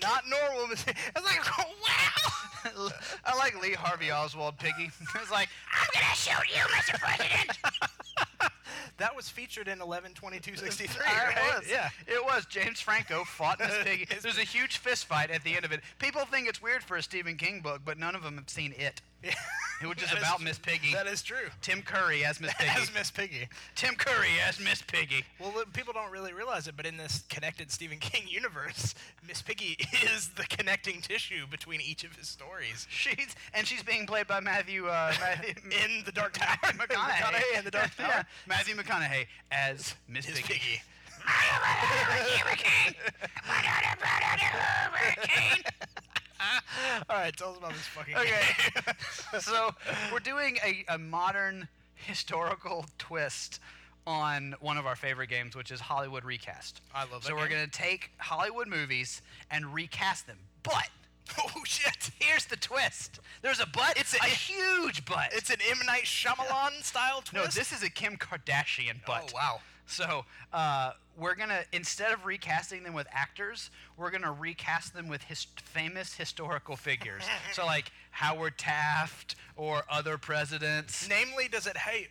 D: Not normal Miss Piggy. I was like, wow.
C: I like Lee Harvey Oswald Piggy. it's like, I'm gonna shoot you, Mr. President.
D: That was featured in 112263,
C: I
D: right?
C: was.
D: Yeah.
C: It was. James Franco fought Miss Piggy. There's a huge fist fight at the end of it. People think it's weird for a Stephen King book, but none of them have seen it. It was just
D: That is
C: about
D: tr-
C: Miss Piggy.
D: That is true.
C: Tim Curry as Miss Piggy.
D: As Miss Piggy.
C: Tim Curry as Miss Piggy.
D: Well, look, people don't really realize it, but in this connected Stephen King universe, Miss Piggy is the connecting tissue between each of his stories.
C: She's and she's being played by Matthew uh, Matthew
D: In The Dark Tower.
C: McConaughey.
D: McConaughey in The Dark Tower.
C: Yeah, Matthew McConaughey as Miss
D: Miss
C: Piggy.
D: Piggy. All right, tell us about this fucking game.
C: Okay. so we're doing a, a modern historical twist on one of our favorite games, which is Hollywood Recast.
D: I love that
C: So we're
D: game.
C: gonna take Hollywood movies and recast them, but.
D: oh shit!
C: Here's the twist. There's a butt. It's a, huge butt.
D: It's an M Night Shyamalan style twist.
C: no, this is a Kim Kardashian butt.
D: Oh wow!
C: So uh, we're gonna instead of recasting them with actors, we're gonna recast them with his- famous historical figures. so like Howard Taft or other presidents.
D: Namely, does it? Hey,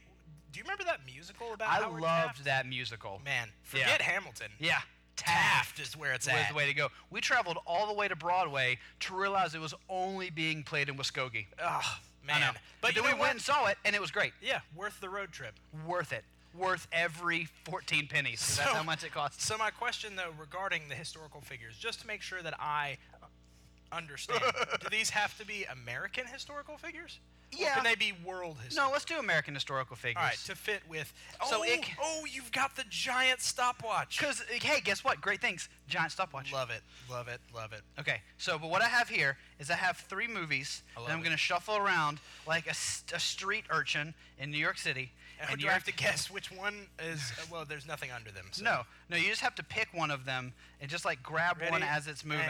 D: do you remember that musical about?
C: I loved
D: Howard Taft?
C: that musical.
D: Man,
C: Yeah.
D: forget Hamilton.
C: Yeah.
D: Taft is where it's
C: was
D: at.
C: the way to go. We traveled all the way to Broadway to realize it was only being played in Muskogee.
D: oh
C: I know.
D: man!
C: But,
D: you
C: then we
D: know
C: went and
D: what?
C: saw it, and it was great.
D: Yeah, worth the road trip.
C: Worth it. Worth every 14 pennies. 'cause that's
D: So-
C: how much it costs.
D: So my question though regarding the historical figures, just to make sure that I understand, do these have to be American historical figures? Or
C: Yeah.
D: can they be world historical?
C: no, let's do American historical figures.
D: All right, to fit with.
C: So
D: oh,
C: it c-
D: oh, you've got the giant stopwatch.
C: Because, hey, guess what? Great things. Giant stopwatch.
D: Love it, love it, love it.
C: Okay, so, but what I have here is I have three movies
D: love
C: that I'm
D: it.
C: going to shuffle around like a, s- a street urchin in New York City.
D: And you
C: you're-
D: have to guess which one is. uh, well, there's nothing under them. So.
C: No, no, you just have to pick one of them and just like grab one
D: Ready?
C: as it's moving.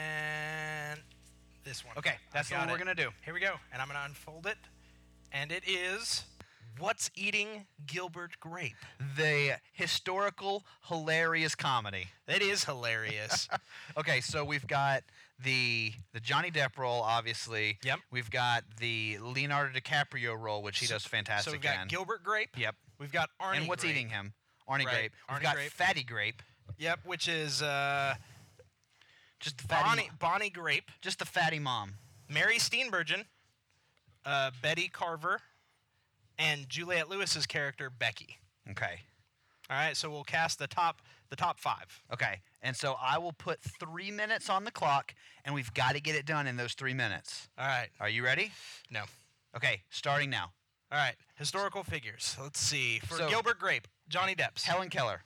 D: And this one.
C: Okay, that's the
D: I've
C: one
D: got
C: we're gonna do.
D: Here we go, and I'm gonna unfold it, and it is. What's eating Gilbert Grape?
C: The historical, hilarious comedy.
D: That is hilarious.
C: Okay, so we've got the the Johnny Depp role, obviously.
D: Yep.
C: We've got the Leonardo DiCaprio role, which he does fantastic
D: so we've got
C: in.
D: Gilbert Grape.
C: Yep.
D: We've got Arnie.
C: and what's
D: Grape.
C: eating him? Arnie
D: Right,
C: Grape.
D: Arnie
C: we've got
D: Grape.
C: Fatty Grape.
D: Yep, which is uh,
C: Just the fatty
D: Bonnie
C: mo-
D: Bonnie Grape.
C: just the fatty mom.
D: Mary Steenburgen, uh, Betty Carver, and Juliette Lewis's character Becky.
C: Okay.
D: All right, so we'll cast the top the top five.
C: Okay. And so I will put three minutes on the clock, and we've got to get it done in those three minutes.
D: All right.
C: Are you ready?
D: No.
C: Okay, starting now.
D: All right, historical figures. Let's see. For
C: So-
D: Gilbert Grape, Johnny Depp's.
C: Helen Keller.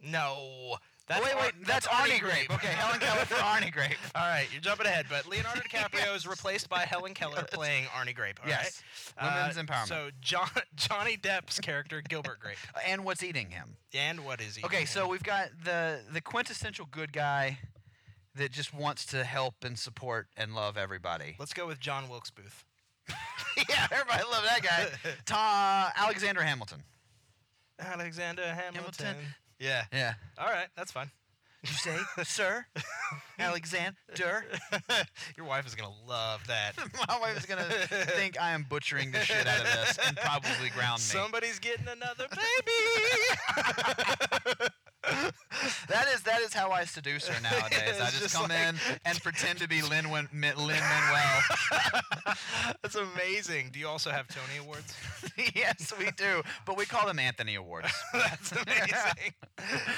D: no. That's
C: oh, wait,
D: Ar-
C: wait, that's, Arnie Grape. Okay, Helen Keller for Arnie Grape.
D: All right, you're jumping ahead, but Leonardo DiCaprio is replaced by Helen Keller playing Arnie Grape. all right? Uh,
C: Yes. Women's empowerment.
D: So John, Johnny Depp's character Gilbert Grape,
C: And what's eating him?
D: and what is he?
C: Okay, so we've got the the quintessential good guy that just wants to help and support and love everybody.
D: let's go with John Wilkes Booth.
C: yeah, everybody love that guy. Ta Alexander Hamilton.
D: Alexander Hamilton.
C: Hamilton.
D: Yeah.
C: Yeah.
D: All right, that's fine.
C: Did you say, sir? Alexander?
D: Your wife is gonna love that.
C: My wife is gonna think I am butchering the shit out of this and probably ground me.
D: Somebody's getting another baby.
C: that is that is how I seduce her nowadays.
D: It's
C: I just,
D: just
C: come
D: like-
C: in and pretend to be Lin Lin Manuel.
D: That's amazing. Do you also have Tony Awards?
C: yes, we do, but we call them Anthony Awards.
D: That's amazing.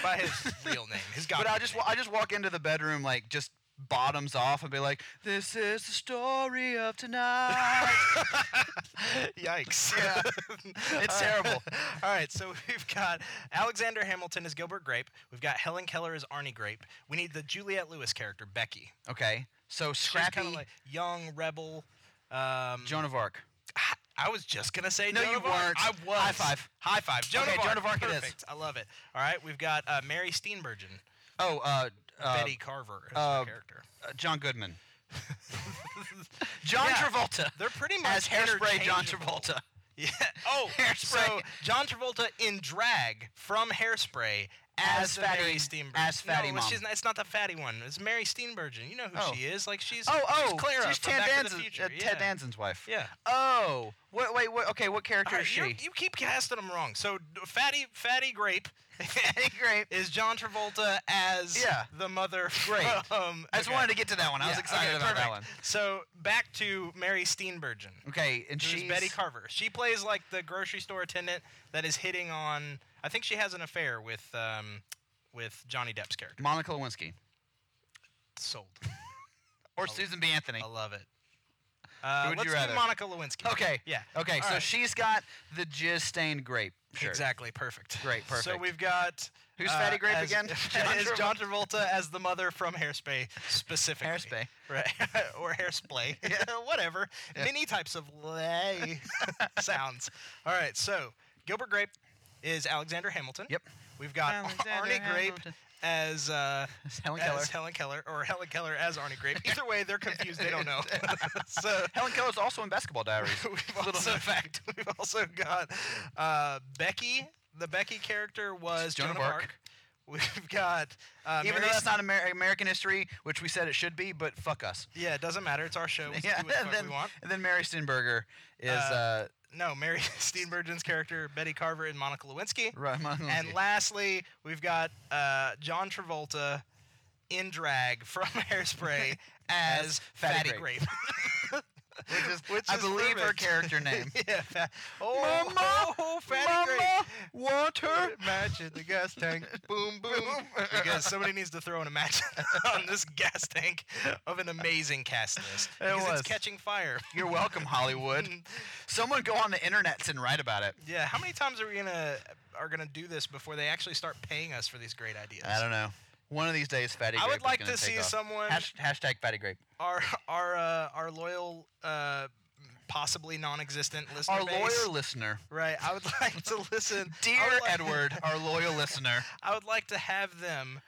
D: By his real name, his god.
C: But I just wa- I just walk into the bedroom like just bottoms off and be like, "This is the story of tonight."
D: Yikes.
C: Yeah. It's terrible.
D: All right, so we've got Alexander Hamilton as Gilbert Grape. We've got Helen Keller as Arnie Grape. We need the Juliette Lewis character, Becky.
C: okay, so
D: She's
C: scrappy
D: kind of like young rebel. Um,
C: Joan of Arc.
D: I was just gonna say
C: No,
D: Joan
C: you
D: of Arc.
C: weren't.
D: I was.
C: High five.
D: High five. Joan
C: Okay,
D: of Arc.
C: Joan of Arc it is.
D: Perfect. I love it. All right, we've got uh, Mary Steenburgen,
C: Oh, uh, uh,
D: Betty Carver as
C: uh,
D: her character.
C: uh, John Goodman. John
D: Yeah.
C: Travolta.
D: They're pretty much
C: as hairspray John
D: interchangeable.
C: Travolta.
D: Yeah. Oh,
C: Hairspray.
D: So John Travolta in drag from Hairspray as,
C: As the
D: Fatty
C: Mary-
D: Steenburgen.
C: as Fatty
D: no, it's-
C: Mom.
D: she's not- it's not the fatty one. It's Mary Steenburgen. You know who
C: Oh.
D: she is? Like she's
C: Oh, oh,
D: she's Clara
C: she's
D: from
C: Ted
D: Back to the
C: Danson-
D: Future.
C: uh,
D: yeah.
C: Ted Danson's wife.
D: Yeah.
C: Oh, wait, wait, wait. Okay, what character
D: All
C: is
D: right,
C: she?
D: you, you keep casting them wrong. So d- fatty, fatty grape.
C: Grape.
D: is John Travolta as
C: Yeah.
D: the mother.
C: Great.
D: From,
C: I just wanted to get to that one. I was excited about that one.
D: So back to Mary Steenburgen.
C: Okay, and
D: She's
C: she's
D: Betty Carver. She plays like the grocery store attendant that is hitting on. I think she has an affair with um, with Johnny Depp's character.
C: Monica Lewinsky
D: Sold.
C: or Susan B. Anthony.
D: I love it. Uh,
C: Who would
D: let's
C: you
D: do
C: rather?
D: Monica Lewinsky.
C: Okay.
D: Yeah.
C: Okay.
D: All
C: so
D: right.
C: she's got the jizz stained grape shirt.
D: Exactly. Perfect.
C: Great,
D: So
C: perfect.
D: we've got uh,
C: Who's Fatty Grape
D: as-
C: again? John
D: is John Travolta as the mother from Hairspray specifically.
C: Hairspray.
D: Right. or Hairspray. Whatever. Many types of lay sounds. All right. So Gilbert Grape is Alexander Hamilton.
C: Yep.
D: We've got
C: Alexander
D: Arnie Grape
C: Hamilton.
D: as uh,
C: It's Helen
D: as
C: Keller.
D: Helen Keller or Helen Keller as Arnie Grape. Either way, they're confused. They don't know. so
C: Helen Keller's also in Basketball Diaries.
D: we've also, fact. We've also got uh, Becky. The Becky character was
C: Joan
D: Joan
C: of
D: of
C: Arc.
D: Arc. We've got uh,
C: Even though
D: Mary
C: that's
D: St-
C: not Amer- American history, which we said it should be, but fuck us.
D: Yeah, it doesn't matter. It's our show. We
C: Yeah.
D: yeah, do what the
C: and,
D: fuck
C: then,
D: we want.
C: and then Mary Steenburgen is uh,
D: Uh, No, Mary Steenburgen's character, Betty Carver, and Monica Lewinsky.
C: Right, Monica
D: And
C: Lewinsky.
D: lastly, we've got uh, John Travolta in drag from Hairspray as, Fatty,
C: Fatty
D: Grape.
C: Grape. which is,
D: Which
C: I
D: is
C: believe her
D: perfect.
C: character name.
D: yeah. Fa- oh,
C: Mama,
D: oh, Fatty Grape.
C: Mama, water.
D: match at the gas tank. Boom, boom. because somebody needs to throw in a match on this gas tank of an amazing cast list. because
C: was.
D: it's catching fire.
C: You're welcome, Hollywood. Someone go on the internets and write about it.
D: Yeah, how many times are we gonna are gonna do this before they actually start paying us for these great ideas?
C: I don't know. One of these days, Fatty
D: I
C: Grape
D: would
C: is
D: like
C: gonna
D: to
C: take
D: see
C: off.
D: someone-
C: Hash- hashtag Fatty Grape.
D: Our our uh, our loyal, uh, possibly non-existent listener
C: Our
D: base.
C: lawyer listener.
D: right? I would like to listen, I
C: Dear
D: would like-
C: Edward, our loyal listener.
D: I would like to have them,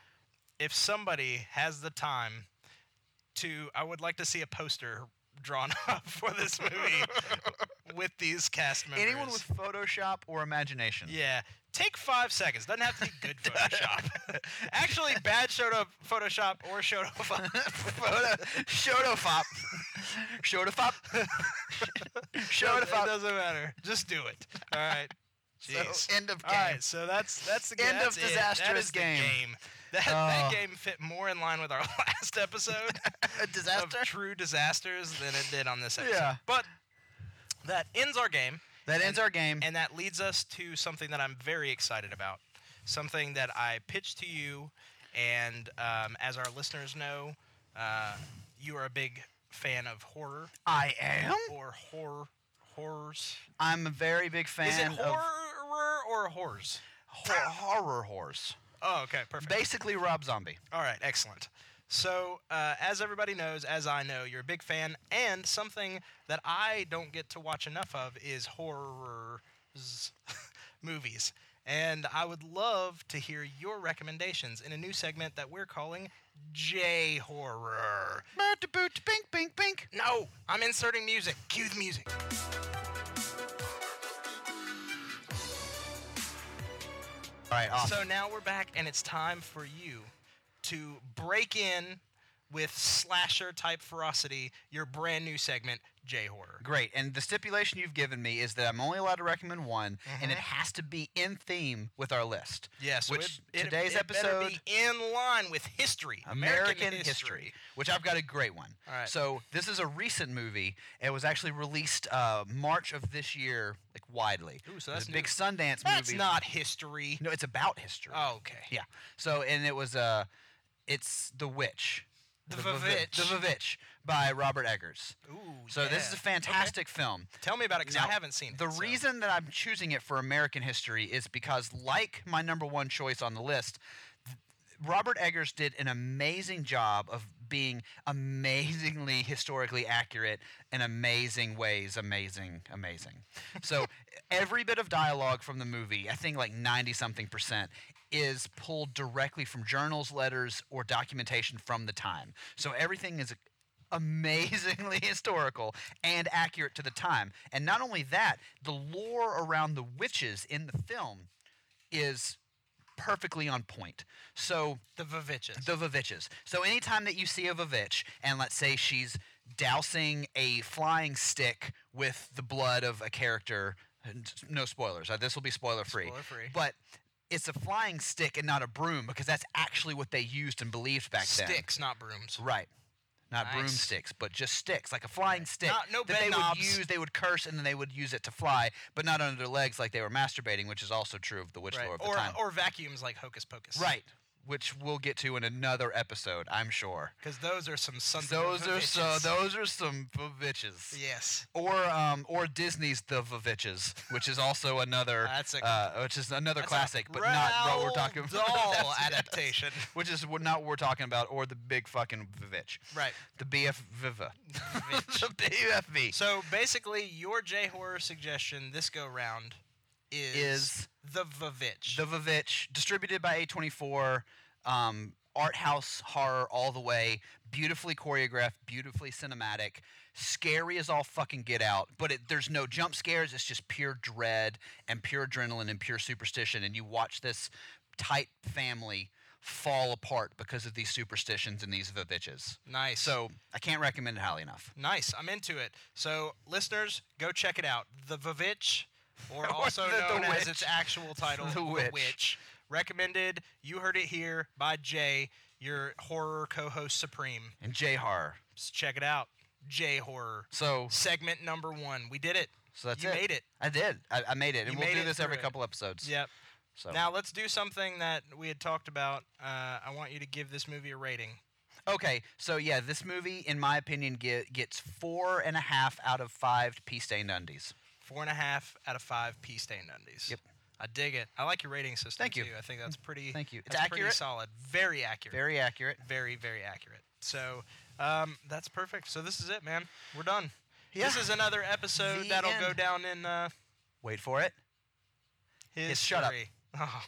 D: if somebody has the time, to I would like to see a poster drawn up for this movie with these cast members.
C: Anyone with Photoshop or imagination.
D: Yeah. Take five seconds. Doesn't have to be good Photoshop. Actually, bad photo Photoshop or photo.
C: Photo, Shotofop. Shotofop.
D: It
C: Shotofop.
D: doesn't matter. Just do it. All right. Jeez.
C: So, end of game.
D: All right. So that's that's the game.
C: End of
D: that's it. That
C: disastrous
D: is the
C: game.
D: game. That, that
C: Oh.
D: game fit more in line with our last episode
C: A
D: of
C: disaster.
D: true disasters than it did on this episode.
C: Yeah.
D: But that ends our game.
C: That ends our game.
D: And that leads us to something that I'm very excited about. Something that I pitched to you, and um, as our listeners know, uh, you are a big fan of horror
C: I am.
D: or horror horrors?
C: I'm a very big fan
D: Is it
C: of
D: horror or horrors?
C: hor- horror horse.
D: Oh, okay, perfect.
C: Basically, Rob Zombie.
D: All right, excellent. So, uh, as everybody knows, as I know, you're a big fan, and something that I don't get to watch enough of is horrors movies. And I would love to hear your recommendations in a new segment that we're calling J Horror.
C: Boot, boot, bink, bink, bink.
D: No, I'm inserting music. Cue the music.
C: All right, awesome.
D: So now we're back, and it's time for you to break in with slasher type ferocity your brand new segment, J Horror.
C: Great. And the stipulation you've given me is that I'm only allowed to recommend one, and it has to be in theme with our list.
D: Yes,
C: which today's episode,
D: be in line with history,
C: American history, which I've got a great one.
D: All right.
C: So this is a recent movie. It was actually released uh, March of this year, like widely.
D: Ooh, so
C: It was
D: that's
C: a big
D: new.
C: Sundance
D: That's
C: movie.
D: not history.
C: No, it's about history.
D: Oh, okay.
C: Yeah. So and it was uh, it's The Witch.
D: The
C: Vavi-
D: Vavitch.
C: The Vavitch by Robert Eggers.
D: Ooh.
C: So this is a
D: yeah.
C: fantastic film.
D: Okay. Tell me about it because I
C: Now,
D: haven't seen it.
C: The
D: so-
C: reason that I'm choosing it for American history is because, like my number one choice on the list, th- Robert Eggers did an amazing job of being amazingly historically accurate in amazing ways. Amazing, amazing. So every bit of dialogue from the movie, I think like 90 something percent, is pulled directly from journals, letters, or documentation from the time. So everything is amazingly historical and accurate to the time. And not only that, the lore around the witches in the film is perfectly on point. So
D: the Vavitches.
C: the Vavitches. So anytime that you see a Vavitch, and let's say she's dousing a flying stick with the blood of a character, and no spoilers. uh, This will be spoiler free.
D: Spoiler-free.
C: But it's a flying stick and not a broom because that's actually what they used and believed back then.
D: Sticks, not brooms.
C: Right. Not
D: Nice.
C: broomsticks, but just sticks, like a flying stick
D: Not- no
C: that
D: bed
C: they
D: knobs.
C: would use. They would curse and then they would use it to fly, but not under their legs like they were masturbating, which is also true of the witch
D: Right.
C: lore of the
D: Or,
C: time.
D: or vacuums like Hocus Pocus.
C: right, which we'll get to in another episode, I'm sure.
D: Because those are some sons of
C: Those are so.
D: Vavitches.
C: Those are some bitches.
D: Yes.
C: Or um, or Disney's The Vavitches, which is also another,
D: That's a-
C: uh, which is another
D: That's a
C: classic, but not what we're talking
D: Roald
C: about.
D: Dahl
C: That's- yes.
D: adaptation.
C: which is what- not what we're talking about, or the big fucking Vavitch.
D: Right.
C: The BF Viva. the BFV.
D: So basically, your J horror suggestion this go round is,
C: Is
D: the Vavitch.
C: the Vavitch, distributed by A24, um, art house horror all the way, beautifully choreographed, beautifully cinematic, scary as all fucking get out. But it, there's no jump scares. It's just pure dread and pure adrenaline and pure superstition. And you watch this tight family fall apart because of these superstitions and these Vavitches.
D: nice.
C: So I can't recommend it highly enough.
D: nice. I'm into it. So listeners, go check it out. The Vavitch, or
C: Or
D: also
C: the- the
D: known as
C: Witch.
D: its actual title,
C: The Witch.
D: Recommended. You heard it here by Jay, your horror co-host supreme.
C: And J horror.
D: So check it out. J horror
C: So
D: segment number one. We did it.
C: so that's
D: you
C: it.
D: made it.
C: I did. I, I made it. And
D: You
C: we'll
D: made
C: do
D: it
C: this every
D: through it.
C: couple episodes.
D: Yep.
C: So
D: Now let's do something that we had talked about. Uh, I want you to give this movie a rating.
C: Okay, so yeah, this movie, in my opinion, get, gets four and a half out of five pea stained undies.
D: Four and a half out of five pea stained undies.
C: Yep.
D: I dig it. I like your rating system
C: Thank you. Mm,
D: too. I think that's pretty.
C: Thank you. It's
D: that's pretty
C: accurate.
D: solid. Very accurate.
C: Very accurate.
D: very, very accurate. So um, that's perfect. So this is it, man. We're done. This is another episode
C: The
D: that'll go
C: end.
D: down in uh,
C: Wait for it.
D: history.
C: shut up.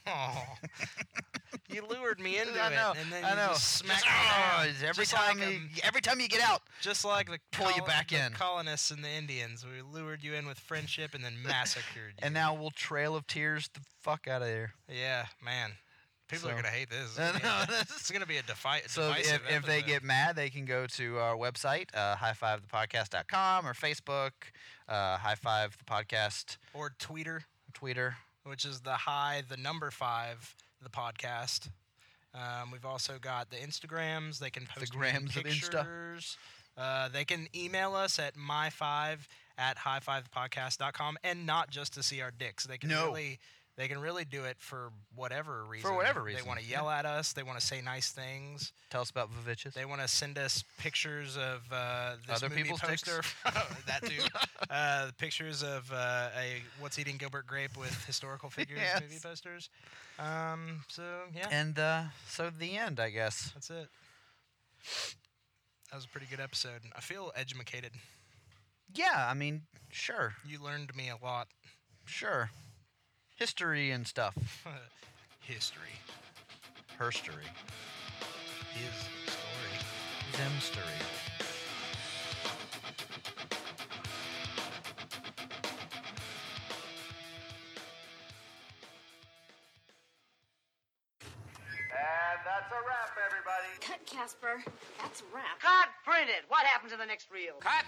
D: Oh, you lured me into
C: I know.
D: it, and then
C: I
D: you
C: know.
D: just smacked me
C: Oh,
D: down.
C: it's every
D: Just
C: time
D: like a
C: you, every time you get out,
D: Just like the
C: Pull you
D: colo-
C: back
D: the
C: in.
D: colonists and the Indians, we lured you in with friendship and then massacred you.
C: and now we'll trail of tears the fuck out of there.
D: yeah, man, people are
C: So-
D: gonna hate this.
C: I
D: It's
C: know,
D: gonna be a- It's gonna be a defi-
C: So if,
D: divisive.
C: if they
D: episode.
C: get mad, they can go to our website, uh, highfivethepodcast.com, or Facebook, uh, High Five the Podcast,
D: or Twitter,
C: Twitter.
D: which is the high, the number five, the podcast. Um, we've also got the Instagrams. They can post mean
C: grams of Insta.
D: pictures. Uh, they can email us at my five at high five podcast.com and not just to see our dicks. They can
C: No.
D: really They can really do it for whatever reason.
C: whatever
D: They
C: reason,
D: want to yell at us. They want to say nice things.
C: Tell us about Vavitches.
D: They want to send us pictures of uh, this
C: Other
D: movie
C: people's dicks?
D: poster. Oh, that too. uh, pictures of uh, a What's Eating Gilbert Grape with historical figures
C: Yes.
D: movie posters. Um, so yeah,
C: And uh, so the end, I guess.
D: that's it. That was a pretty good episode. I feel edumacated.
C: Yeah, I mean, sure,
D: You learned me a lot.
C: sure. History and stuff.
D: History
C: Herstory.
D: is story.
C: Themstory.
B: And that's a wrap, everybody.
F: Cut, Casper. That's a wrap.
H: God print it. What happened to the next reel?
F: That's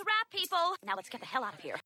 F: a wrap, people. Now let's get the hell out of here.